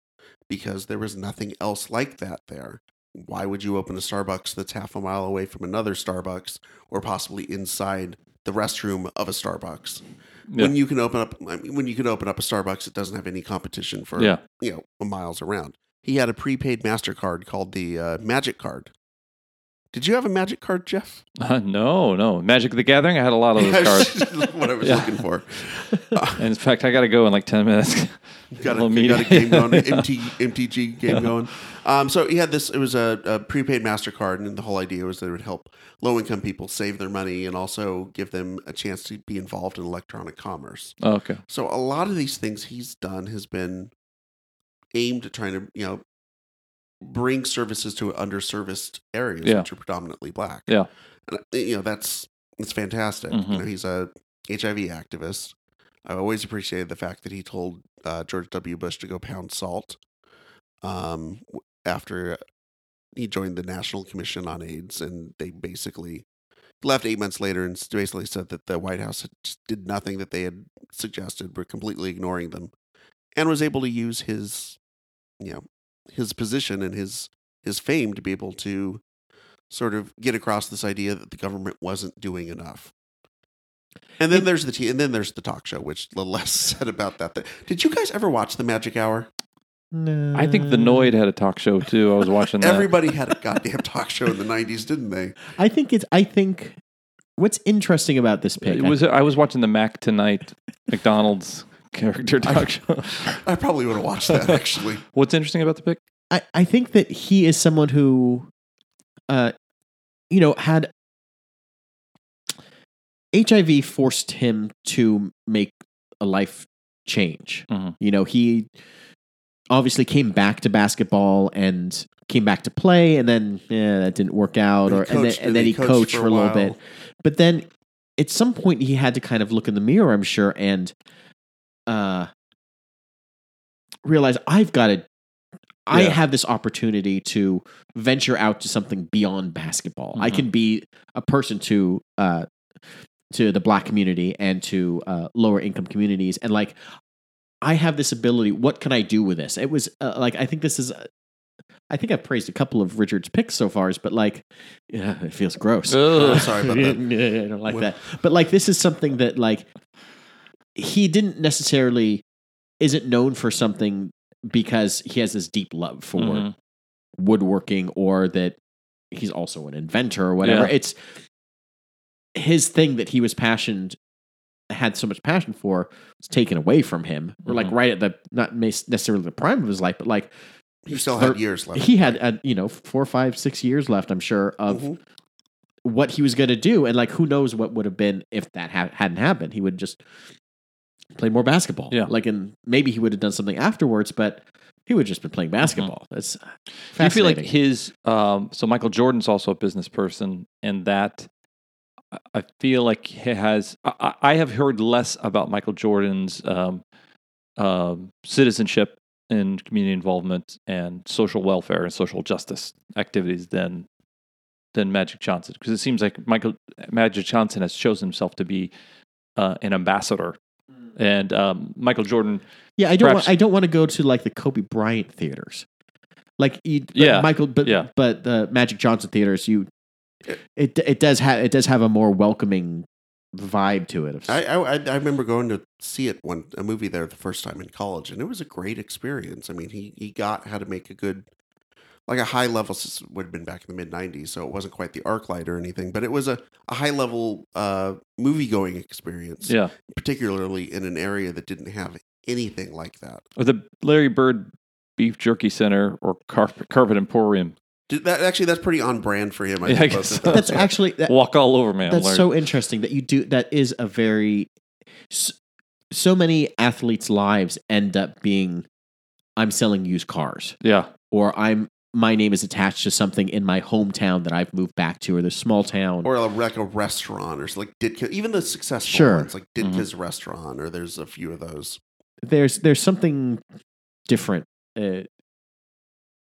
S2: because there was nothing else like that there. Why would you open a Starbucks that's half a mile away from another Starbucks, or possibly inside the restroom of a Starbucks?
S1: Yeah.
S2: When you can open up, I mean, when you can open up a Starbucks, it doesn't have any competition for
S1: yeah,
S2: you know miles around. He had a prepaid Mastercard called the uh, Magic Card. Did you have a Magic Card, Jeff?
S1: Uh, no, no, Magic the Gathering. I had a lot of those cards,
S2: what I was
S1: Yeah.
S2: looking for.
S1: and in fact, I got to go in like ten minutes.
S2: Got
S1: Little
S2: a,
S1: meeting.
S2: got a game going, MT, MTG game going. Um, so he had this. It was a, a prepaid Mastercard, and the whole idea was that it would help low income people save their money and also give them a chance to be involved in electronic commerce.
S1: Oh, okay,
S2: So a lot of these things he's done has been aimed at trying to, you know, bring services to underserviced areas,
S1: Yeah.
S2: which are predominantly black.
S1: Yeah.
S2: And, uh, you know, that's, it's fantastic. You
S1: Mhm.
S2: know, he's a HIV activist. I always appreciated the fact that he told uh, George W. Bush to go pound salt um, w- after he joined the National Commission on AIDS, and they basically left eight months later and s- basically said that the White House had just did nothing that they had suggested, were completely ignoring them, and was able to use his, you know, his position and his his fame to be able to sort of get across this idea that the government wasn't doing enough. And then there's the t- and then there's the talk show, which the less said about that. the- Did you guys ever watch the Magic Hour?
S3: no.
S1: I think the Noid had a talk show too. I was watching that.
S2: Everybody had a goddamn talk show in the '90s, didn't they?
S3: I think it's. I think what's interesting about this pick.
S1: It
S3: I-
S1: was I was watching the Mac Tonight McDonald's character talk show.
S2: I probably would have watched that actually.
S1: What's interesting about the pick?
S3: I, I think that he is someone who, uh, you know, had HIV forced him to make a life change.
S1: Mhm.
S3: You know, he obviously came back to basketball and came back to play, and then yeah, that didn't work out,
S2: He
S3: or and then,
S2: coached-
S3: and then he coached, for, a little
S2: while.
S3: bit. But then at some point he had to kind of look in the mirror, I'm sure, and uh realize I've got to I
S1: Yeah.
S3: have this opportunity to venture out to something beyond basketball. I
S2: Mm-hmm.
S1: Mhm.
S3: can be a person to uh to the black community and to uh lower income communities and like I have this ability. What can I do with this? It was uh, like I think this is uh, I think I've praised a couple of Richard's picks so far, but like yeah, it feels gross.
S2: Oh,
S1: Ugh.
S2: sorry about that.
S3: Yeah, I don't like
S2: Well-
S3: that. But like this is something that like he didn't necessarily isn't known for something because he has this deep love for
S2: Mm-hmm.
S1: Mhm.
S3: woodworking or that he's also an inventor or whatever.
S1: Yeah.
S3: It's his thing that he was passionate had so much passion for was taken away from him or like
S2: Mm-hmm.
S1: Mhm.
S3: right at the not mes- necessarily the prime of his life but like
S2: He still had
S3: Thir-
S2: years left.
S3: he had uh, you know four five six years left i'm sure of
S2: Mhm.
S3: what he was going to do and like who knows what would have been if that ha- hadn't happened he would just play more basketball
S1: Yeah.
S3: like and maybe he would have done something afterwards but he would have just been playing basketball that's
S1: Mm-hmm. Do you feel like
S3: fascinating.
S1: his um so Michael Jordan's also a business person and that I- I feel like he has I- I, I have heard less about Michael Jordan's um um citizenship and community involvement and social welfare and social justice activities than than Magic Johnson because it seems like Michael Magic Johnson has chosen himself to be uh, an ambassador and um, Michael Jordan
S3: yeah i don't
S1: perhaps-
S3: want, i don't want to go to like the kobe bryant theaters like you but
S1: Yeah.
S3: michael but
S1: Yeah.
S3: but the magic johnson theaters you it it does have it does have a more welcoming vibe to it
S2: I, I I- I remember going to see it one a movie there the first time in college, and it was a great experience. I mean, he he got how to make a good, like a high level. This would have been back in the mid '90s, so it wasn't quite the arc light or anything, but it was a, a high level uh, movie going experience,
S1: yeah
S2: particularly in an area that didn't have anything like that.
S1: or the Larry Bird Beef Jerky Center or Carpet, Carpet Emporium.
S2: Did that actually, that's pretty on brand for him.
S1: Yeah, I
S2: think,
S1: guess
S2: both of
S1: so.
S2: those.
S3: that's actually that,
S1: Walk all over, man.
S3: that's
S1: Larry.
S3: so interesting that you do that is a very so, so many athletes lives end up being i'm selling used cars
S1: yeah,
S3: or i'm my name is attached to something in my hometown that i've moved back to or this small town
S2: or a, like a restaurant or s- like Ditka, even the successful
S3: Sure.
S2: ones like Ditka's
S1: Mm-hmm.
S2: restaurant, or there's a few of those.
S3: there's there's something different uh,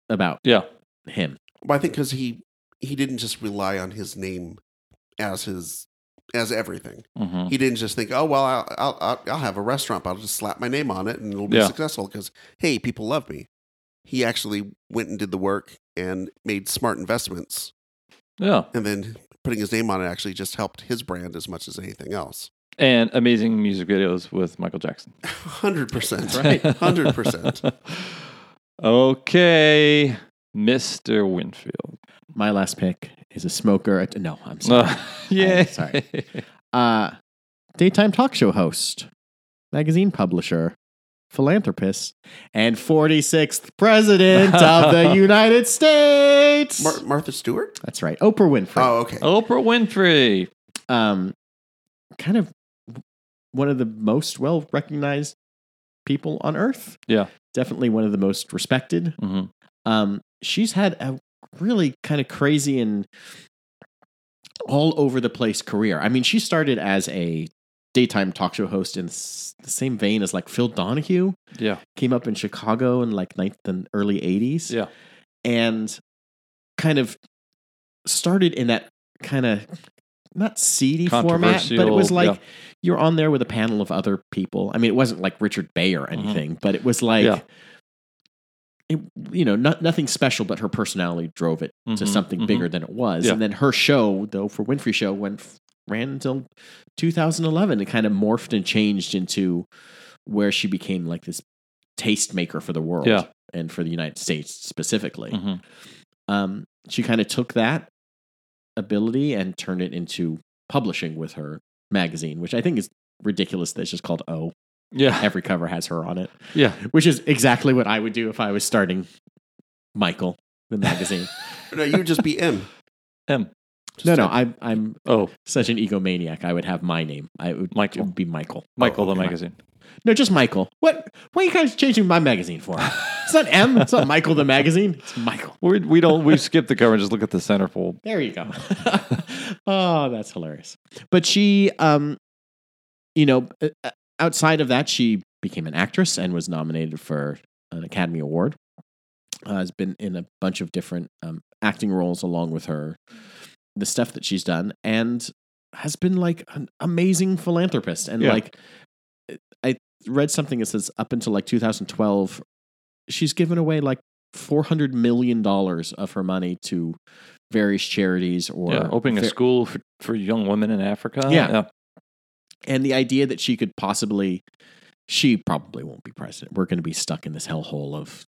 S3: about
S1: yeah,
S3: him
S2: Well, I think because he he didn't just rely on his name as his as everything.
S1: hmm
S2: He didn't just think, oh well, I'll I'll, I'll, I'll have a restaurant. I'll just slap my name on it and it'll be
S1: Yeah.
S2: successful. Because hey, people love me. He actually went and did the work and made smart investments,
S1: yeah.
S2: and then putting his name on it actually just helped his brand as much as anything else.
S1: And amazing music videos with Michael Jackson.
S2: Hundred percent,
S3: Right.
S2: Hundred percent.
S1: Okay, Mister Winfield.
S3: my last pick is a smoker at, no i'm sorry
S1: yeah,
S3: sorry. uh, daytime talk show host, magazine publisher, philanthropist, and 46th president of the United States.
S2: Mar- Martha Stewart.
S3: That's right. Oprah Winfrey.
S2: Oh, okay.
S1: Oprah Winfrey.
S3: Um, kind of one of the most well recognized people on earth.
S1: Yeah.
S3: Definitely one of the most respected.
S1: hmm
S3: Um, she's had a really kind of crazy and all over the place career. I mean, she started as a daytime talk show host in s- the same vein as like Phil Donahue,
S1: Yeah,
S3: came up in Chicago in like ninth and early 80s.
S1: Yeah.
S3: And kind of started in that kind of not seedy format, but it was
S1: Controversial,
S3: like
S1: yeah.
S3: you're on there with a panel of other people. I mean, it wasn't like Richard Bay or anything, but it was like
S1: Mm-hmm. Yeah.
S3: it, you know, not, nothing special, but her personality drove it to
S1: Mhm,
S3: something
S1: mhm.
S3: bigger than it was.
S1: Yeah.
S3: And then her show, though, for Winfrey Show, went ran until 2011. It kind of morphed and changed into where she became like this tastemaker for the world
S1: Yeah.
S3: and for the United States specifically.
S1: hmm
S3: Um, she kind of took that ability and turned it into publishing with her magazine, which I think is ridiculous. That's just called O.
S1: yeah,
S3: Every cover has her on it
S1: yeah.
S3: which is exactly what I would do if I was starting Michael the magazine.
S2: No, you would just be M.
S1: M.
S3: No,
S1: Just
S3: no,
S1: type-
S3: I'm I'm
S1: oh,
S3: such an egomaniac. I would have my name. I would,
S1: Michael.
S3: It would be Michael.
S1: Michael
S3: Oh,
S1: the
S3: come on.
S1: magazine.
S3: No, just Michael. What? What are you guys changing my magazine for? It's not M. It's not Michael the magazine. It's Michael.
S1: We we don't we skip the cover and just look at the centerfold.
S3: There you go. oh, that's hilarious. But she, um, you know, uh, uh, outside of that, she became an actress and was nominated for an Academy Award. Uh, has been in a bunch of different um, acting roles along with her, the stuff that she's done, and has been like an amazing philanthropist. And
S1: Yeah.
S3: like, uh, I read something that says up until like 2012, she's given away like 400 million dollars of her money to various charities or
S1: yeah, opening a
S3: fa-
S1: school for, for young women in Africa.
S3: Yeah. and the idea that she could possibly she probably won't be president we're going to be stuck in this hellhole of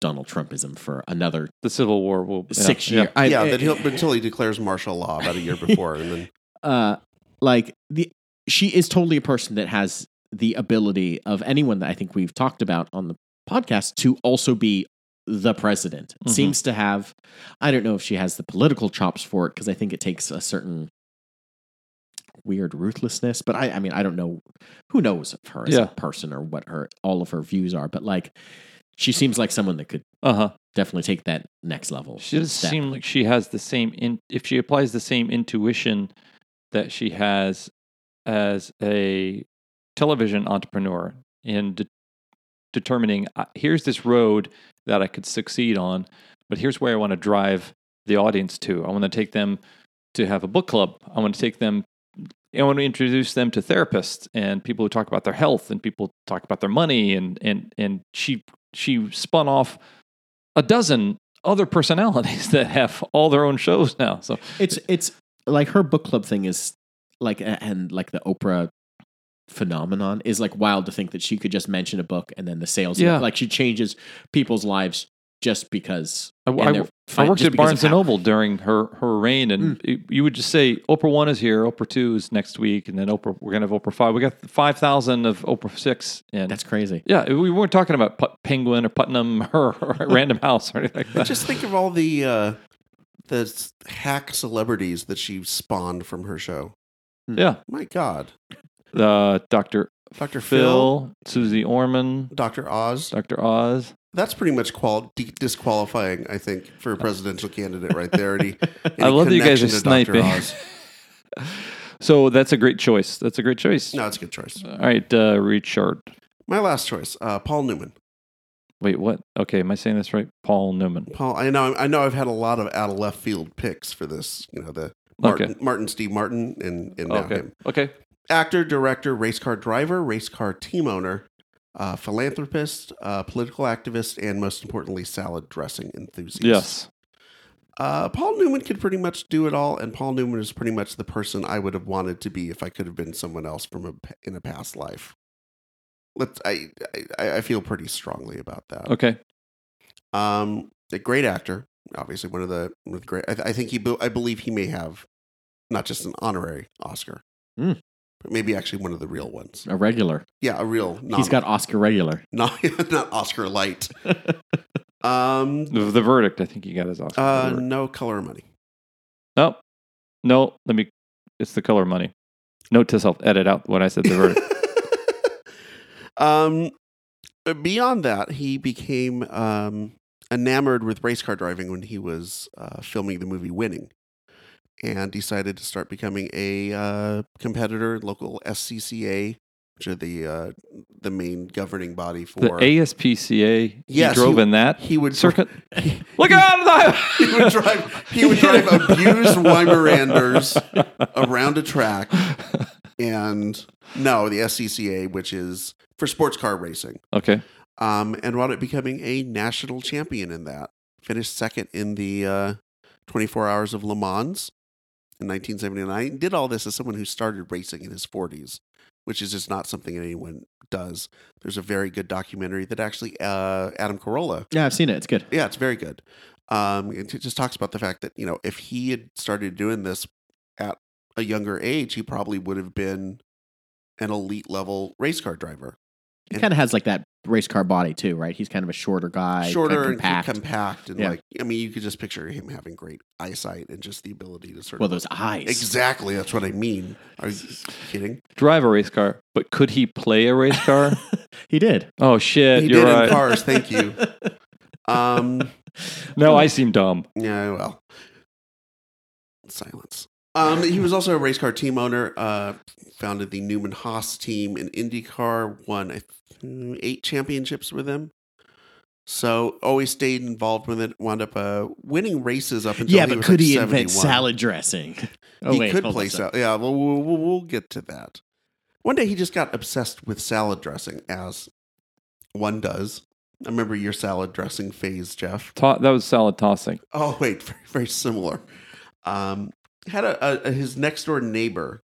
S3: donald trumpism for another
S1: the Civil War will yeah,
S3: six
S1: yeah.
S3: years I, eh,
S2: yeah,
S3: I-
S2: that he'll, until he declares martial law about a year before, and then
S3: uh like the she is totally a person that has the ability of anyone that i think we've talked about on the podcast to also be the president
S1: Mhm.
S3: seems to have i don't know if she has the political chops for it because i think it takes a certain weird ruthlessness but i i mean i don't know who knows of her as
S1: Yeah.
S3: a person or what her all of her views are but like she seems like someone that could
S1: Uh huh.
S3: definitely take that next level
S1: She doesn't
S3: step.
S1: seem like she has the same in if she applies the same intuition that she has as a television entrepreneur in de- determining uh, here's this road that I could succeed on, but here's where I want to drive the audience to. I want to take them to have a book club. I want to take them I want to introduce them to therapists and people who talk about their health and people talk about their money and and and she she spun off a dozen other personalities that have all their own shows now. So
S3: it's it's like her book club thing is like a- and like the Oprah phenomenon is like wild to think that she could just mention a book and then the sales
S1: Yeah.
S3: like she changes people's lives just because
S1: I,
S3: and
S1: I-
S3: they're
S1: I
S3: fine-
S1: worked
S3: just
S1: at
S3: because of
S1: Barnes and
S3: how-
S1: Noble during her her reign, and it- you would just say Oprah one is here, Oprah two is next week, and then Oprah we're gonna have Oprah five. We got five thousand of Oprah six, and
S3: that's crazy
S1: yeah, we weren't talking about Put- Penguin or Putnam or, or Random House or anything like that.
S2: just think of all the uh, the s- hack celebrities that she spawned from her show.
S1: yeah,
S2: My God,
S1: uh, Doctor
S2: Dr. Phil,
S1: Phil, Susie Orman,
S2: Dr. Oz.
S1: Doctor Oz.
S2: That's pretty much qual- de- disqualifying, I think, for a presidential candidate right there. Any,
S1: I
S2: any
S1: love that you guys
S2: connection
S1: are
S2: to Dr.
S1: sniping.
S2: Oz.
S1: So that's a great choice. That's a great choice.
S2: No, it's a good choice.
S1: All right, uh, Richard.
S2: My last choice, uh, Paul Newman.
S1: Wait, what? Okay, am I saying this right? Paul Newman.
S2: Paul, I know, I know, I've had a lot of out of left field picks for this. You know, the Martin, Martin Steve Martin, and and now
S1: Okay.
S2: him.
S1: Okay.
S2: Actor, director, race car driver, race car team owner, uh, philanthropist, uh, political activist, and most importantly, salad dressing enthusiast.
S1: Yes.
S2: Uh, Paul Newman could pretty much do it all, and Paul Newman is pretty much the person I would have wanted to be if I could have been someone else from a p in a past life. Let's. I, I I feel pretty strongly about that.
S1: Okay.
S2: Um, a great actor, obviously one of the, one of the great. I, th- I think he. be- I believe he may have not just an honorary Oscar,
S3: Hmm.
S2: but maybe actually one of the real ones.
S3: a regular
S2: Yeah, a real. Non,
S3: he's got Oscar regular
S2: not not Oscar light. um.
S1: The, the verdict. I think you got his Oscar.
S2: Uh,
S1: The verdict.
S2: no color of money.
S1: no. No. Let me. It's the color money. Note to self: edit out what I said. The verdict.
S2: um, beyond that, he became um, enamored with race car driving when he was uh, filming the movie Winning, and decided to start becoming a uh, competitor, local SCCA, which are the uh, the main governing body
S1: the
S2: for.
S1: ASPCA.
S2: Yes,
S1: he drove
S2: he-
S1: in that
S2: he would
S1: circuit.
S2: he,
S1: Look out!
S2: he would drive he would drive abused Weimaraners around a track, and no, the SCCA, which is for sports car racing.
S1: okay.
S2: um, and wound up becoming a national champion in that. Finished second in the uh, 24 Hours of Le Mans in 1979. Did all this as someone who started racing in his 40s, which is just not something anyone does. There's a very good documentary that actually uh, Adam Carolla.
S3: yeah I've seen it it's good
S2: Yeah, it's very good. Um, it t- just talks about the fact that you know if he had started doing this at a younger age, he probably would have been an elite level race car driver.
S3: He kind of has like that race car body too, right? He's kind of a shorter guy, kinda
S2: shorter and
S3: compact.
S2: compact and
S3: Yeah.
S2: like I mean you could just picture him having great eyesight and just the ability to sort
S3: well,
S2: of
S3: those eyes.
S2: Exactly, that's what I mean. Are you kidding?
S1: Drive a race car, but could he play a race car?
S3: He did.
S1: oh shit,
S2: he
S1: you're
S2: did
S1: right.
S2: in cars, thank you. Um
S1: no, I seem dumb.
S2: yeah, well. Silence. Um he was also a race car team owner, uh founded the Newman Haas team in IndyCar, won I think, eight championships with them. So always stayed involved with it, wound up uh, winning races up until
S3: yeah,
S2: he
S3: but
S2: was
S3: could
S2: like
S3: he
S2: 71.
S3: invent salad dressing? Oh,
S2: he
S3: wait,
S2: could
S3: hold on a
S2: play
S3: sec.
S2: salad. Yeah, well, we'll, we'll, we'll get to that. One day he just got obsessed with salad dressing, as one does. I remember your salad dressing phase, Jeff.
S1: Ta- that was salad tossing.
S2: Oh, wait, very, very similar. Um, had a, a his next door neighbor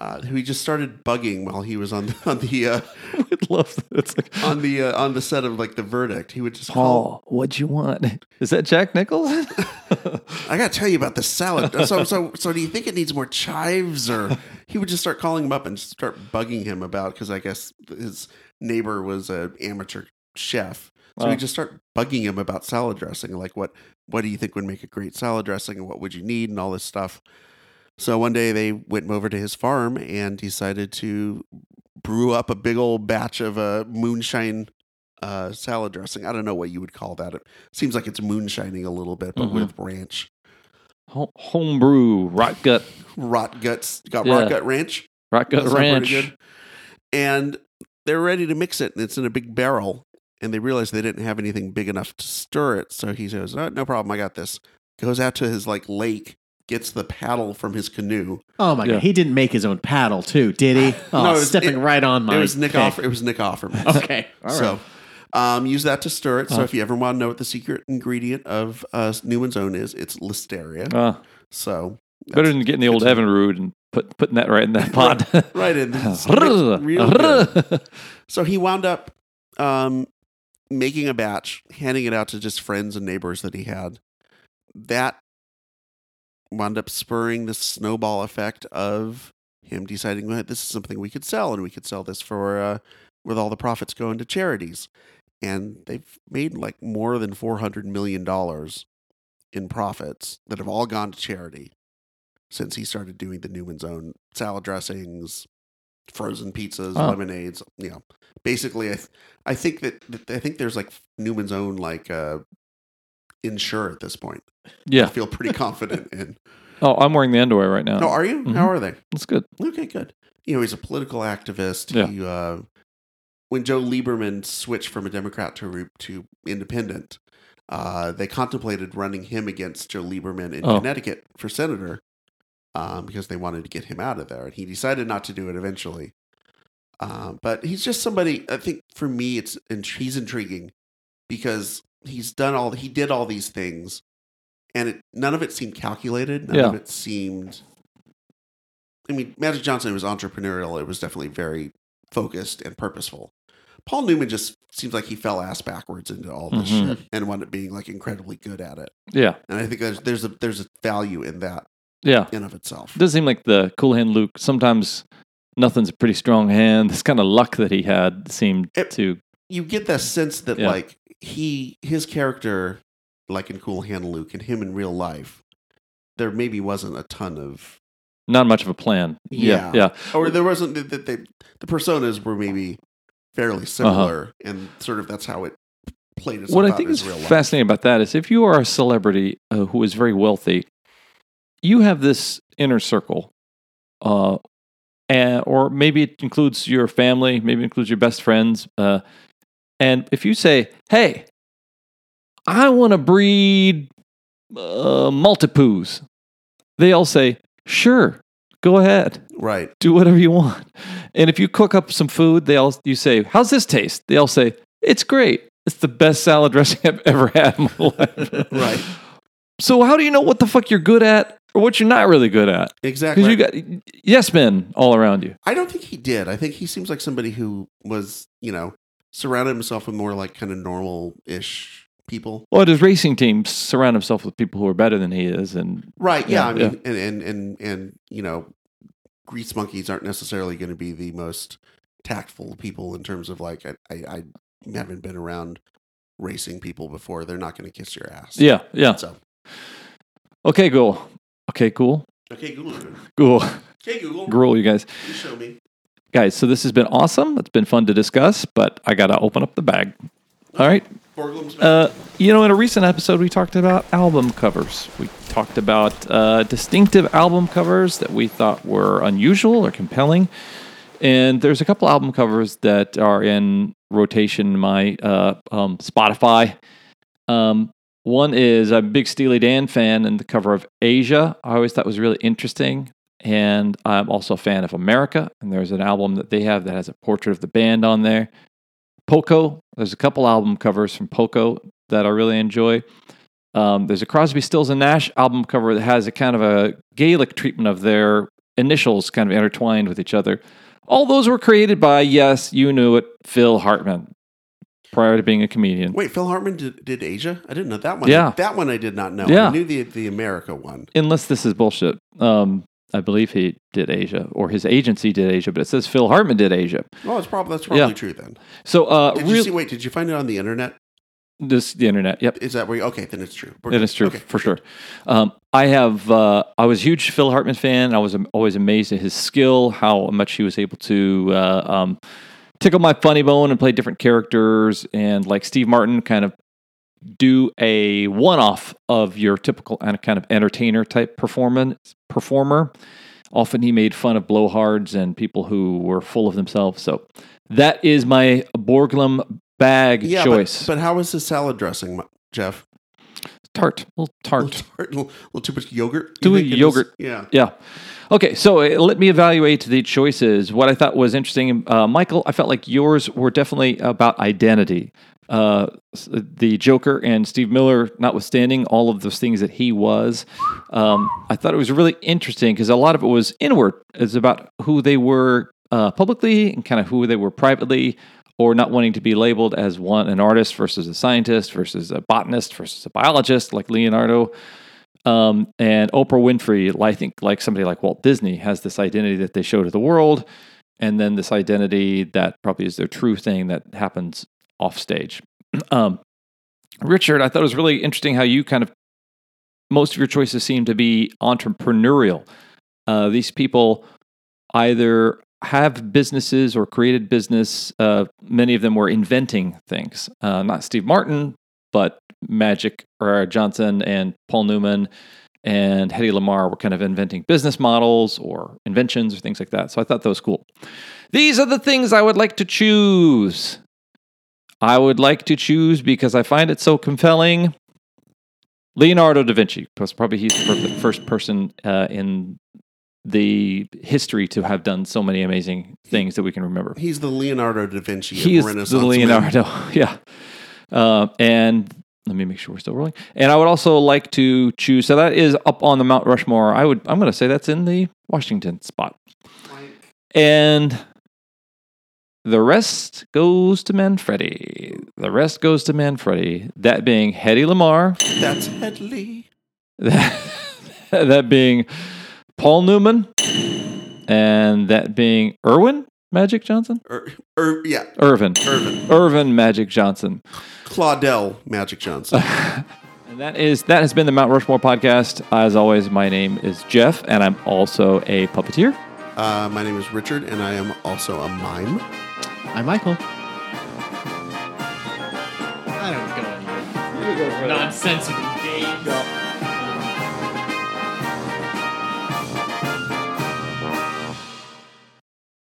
S2: uh, who he just started bugging while he was on the, on the uh,
S1: I love that. It's like,
S2: on the uh, on the set of like the verdict. He would just call.
S1: Paul, what'd you want? Is that Jack Nichols?
S2: I gotta tell you about the salad. So, so, so, do you think it needs more chives, or he would just start calling him up and start bugging him about? Because I guess his neighbor was an amateur chef, so
S1: Wow.
S2: he'd just start bugging him about salad dressing, like what, what do you think would make a great salad dressing, and what would you need, and all this stuff. So one day they went over to his farm and decided to brew up a big old batch of uh, moonshine uh, salad dressing. I don't know what you would call that. It seems like it's moonshining a little bit, but
S1: Mhm.
S2: with ranch.
S1: Home- Homebrew, rot gut,
S2: Rot guts got
S1: Yeah.
S2: rot gut ranch.
S1: rot gut
S2: That's not pretty
S1: ranch.
S2: good. And they're ready to mix it, and it's in a big barrel. And they realize they didn't have anything big enough to stir it. So he says, oh, "No problem, I got this." Goes out to his like lake, gets the paddle from his canoe.
S3: Oh my
S1: Yeah.
S3: god, he didn't make his own paddle too, did he? Oh,
S2: No, it was-
S3: stepping
S2: it-
S3: right on my.
S2: it was Nick
S3: pick.
S2: Offer. It was Nick Offerman.
S3: Okay, all right.
S2: so um, use that to stir it. So
S1: Uh.
S2: if you ever want to know what the secret ingredient of uh, Newman's Own is, it's Listeria.
S1: Uh,
S2: so
S1: better than getting the old
S2: good.
S1: Evan Rude and put, putting that right in that pot.
S2: right in. It's real- real good.
S1: That's
S2: So he wound up um, making a batch, handing it out to just friends and neighbors that he had. That wound up spurring the snowball effect of him deciding well, this is something we could sell, and we could sell this for uh, with all the profits going to charities. And they've made like more than four hundred million dollars in profits that have all gone to charity since he started doing the Newman's Own salad dressings, frozen pizzas,
S1: Oh.
S2: lemonades. You know, basically, I, th- I think that, that I think there's like Newman's Own like uh, insure at this point. I
S1: Yeah.
S2: feel pretty confident in.
S1: Oh, I'm wearing the underwear right now.
S2: No, are you?
S1: Mhm.
S2: How are they?
S1: That's good.
S2: Okay, good. You know, he's a political activist.
S1: Yeah.
S2: He, uh, when Joe Lieberman switched from a Democrat to re- to independent, uh, they contemplated running him against Joe Lieberman in
S1: Oh.
S2: Connecticut for senator um, because they wanted to get him out of there, and he decided not to do it eventually. Um, but he's just somebody. I think for me, it's and he's intriguing because he's done all he did all these things, and it, none of it seemed calculated. None of
S1: Yeah.
S2: it seemed. I mean, Magic Johnson was entrepreneurial. It was definitely very focused and purposeful. Paul Newman just seems like he fell ass backwards into all this
S1: Mhm.
S2: shit and wound up being like incredibly good at it.
S1: Yeah.
S2: And I think there's there's a there's a value in that
S1: Yeah.
S2: in of itself.
S1: It does seem like the cool hand Luke. Sometimes nothing's a pretty strong hand. This kind of luck that he had seemed
S2: It-
S1: to.
S2: you get the sense that
S1: Yeah.
S2: like he his character like in Cool Hand Luke and him in real life there maybe wasn't a ton of
S1: Not much of a plan.
S2: Yeah.
S1: Yeah.
S2: or there wasn't that that they the personas were maybe fairly similar and sort of that's how it played itself
S1: Uh-huh. what
S2: out
S1: I think
S2: in
S1: is
S2: his real life.
S1: fascinating about that is if you are a celebrity uh, who is very wealthy, you have this inner circle, uh, and, or maybe it includes your family, maybe it includes your best friends. Uh, and if you say, "Hey, I want to breed uh, multipoos," they all say, "Sure, go ahead."
S2: Right.
S1: do whatever you want. And if you cook up some food, they all you say, "How's this taste?" They all say, "It's great. It's the best salad dressing I've ever had in my life."
S2: Right.
S1: So how do you know what the fuck you're good at or what you're not really good at?
S2: Exactly.
S1: Because you got yes men all around you.
S2: I don't think he did. I think he seems like somebody who was, you know, surrounded himself with more like kind of normal ish people.
S1: Well, his racing team surround himself with people who are better than he is, and
S2: Right. Yeah.
S1: Yeah,
S2: I mean, and, and, and, and, you know, grease monkeys aren't necessarily going to be the most tactful people in terms of like I, I, I haven't been around racing people before. They're not going to kiss your ass.
S1: Yeah, yeah.
S2: So
S1: Okay, cool. Okay, cool.
S2: okay, Google.
S1: Cool.
S2: Okay, Google.
S1: Gruel, you guys.
S2: You show me.
S1: Guys, so this has been awesome. It's been fun to discuss, but I got to open up the bag. All right.
S2: Borglum's
S1: Uh, you know, in a recent episode, we talked about album covers. We talked about uh, distinctive album covers that we thought were unusual or compelling. And there's a couple album covers that are in rotation in my uh, um, Spotify. Um, one is I'm a big Steely Dan fan, and the cover of Asia I always thought was really interesting. And I'm also a fan of America. And there's an album that they have that has a portrait of the band on there. Poco. There's a couple album covers from Poco that I really enjoy. Um, there's a Crosby, Stills, and Nash album cover that has a kind of a Gaelic treatment of their initials kind of intertwined with each other. All those were created by, yes, you knew it, Phil Hartman, prior to being a comedian.
S2: Wait, Phil Hartman did, did Asia? I didn't know that one.
S1: Yeah.
S2: That one I did not know.
S1: Yeah.
S2: I knew the the America one.
S1: Unless this is bullshit. Um, I believe he did Asia, or his agency did Asia, but it says Phil Hartman did Asia.
S2: Oh, it's probably that's probably
S1: Yeah.
S2: true then.
S1: So, uh,
S2: Did you see
S1: really,
S2: wait, did you find it on the internet?
S1: this the internet. Yep.
S2: Is that where you, okay, then it's true. We're
S1: It
S2: good.
S1: is true
S2: Okay.
S1: for sure. Um, I have. Uh, I was a huge Phil Hartman fan. I was am- always amazed at his skill, how much he was able to uh, um, tickle my funny bone and play different characters, and like Steve Martin, kind of do a one-off of your typical an- kind of entertainer type performance performer. Often he made fun of blowhards and people who were full of themselves. So that is my Borglum bag
S2: Yeah, but-
S1: choice.
S2: But, how is his salad dressing, Mu- Jeff?
S1: tart, little
S2: A
S1: tart.
S2: little, tart, a little, little too much yogurt. You
S1: Too
S2: think it is?
S1: yogurt.
S2: Yeah.
S1: Yeah. Okay, so uh, let me evaluate the choices. What I thought was interesting, uh, Michael, I felt like yours were definitely about identity. Uh, s- the Joker and Steve Miller, notwithstanding all of those things that he was, um, I thought it was really interesting because a lot of it was inward. It's about who they were uh, publicly and kind of who they were privately, or not wanting to be labeled as one an artist versus a scientist versus a botanist versus a biologist like Leonardo um, and Oprah Winfrey, I think, like somebody like Walt Disney, has this identity that they show to the world, and then this identity that probably is their true thing that happens off stage. um, Richard, I thought it was really interesting how you kind of most of your choices seem to be entrepreneurial. Uh, these people either have businesses or created business. Uh, many of them were inventing things. Uh, not Steve Martin, but Magic or uh, Johnson and Paul Newman and Hedy Lamar were kind of inventing business models or inventions or things like that. So I thought that was cool. These are the things I would like to choose. I would like to choose because I find it so compelling. Leonardo da Vinci, because probably he's the per- first person uh, in the history to have done so many amazing things that we can remember
S2: He's the Leonardo da Vinci
S1: he
S2: of
S1: is
S2: Renaissance.
S1: the
S2: man.
S1: Leonardo. yeah. Um, and let me make sure we're still rolling. And I would also like to choose. So that is up on the Mount Rushmore. I would. I'm going to say that's in the Washington spot. And the rest goes to Manfredi. The rest goes to Manfredi. That being Hedy Lamar.
S2: That's Headley.
S1: That, that being Paul Newman. And that being Irwin Magic Johnson.
S2: Or, or er, yeah,
S1: Irvin.
S2: Irvin.
S1: Irvin Magic Johnson.
S2: Claudel Magic Johnson.
S1: And that is that has been the Mount Rushmore podcast. As always, my name is Jeff, and I'm also a puppeteer.
S2: Uh, my name is Richard, and I am also a mime.
S3: I'm Michael. I don't go anywhere. Nonsensical games.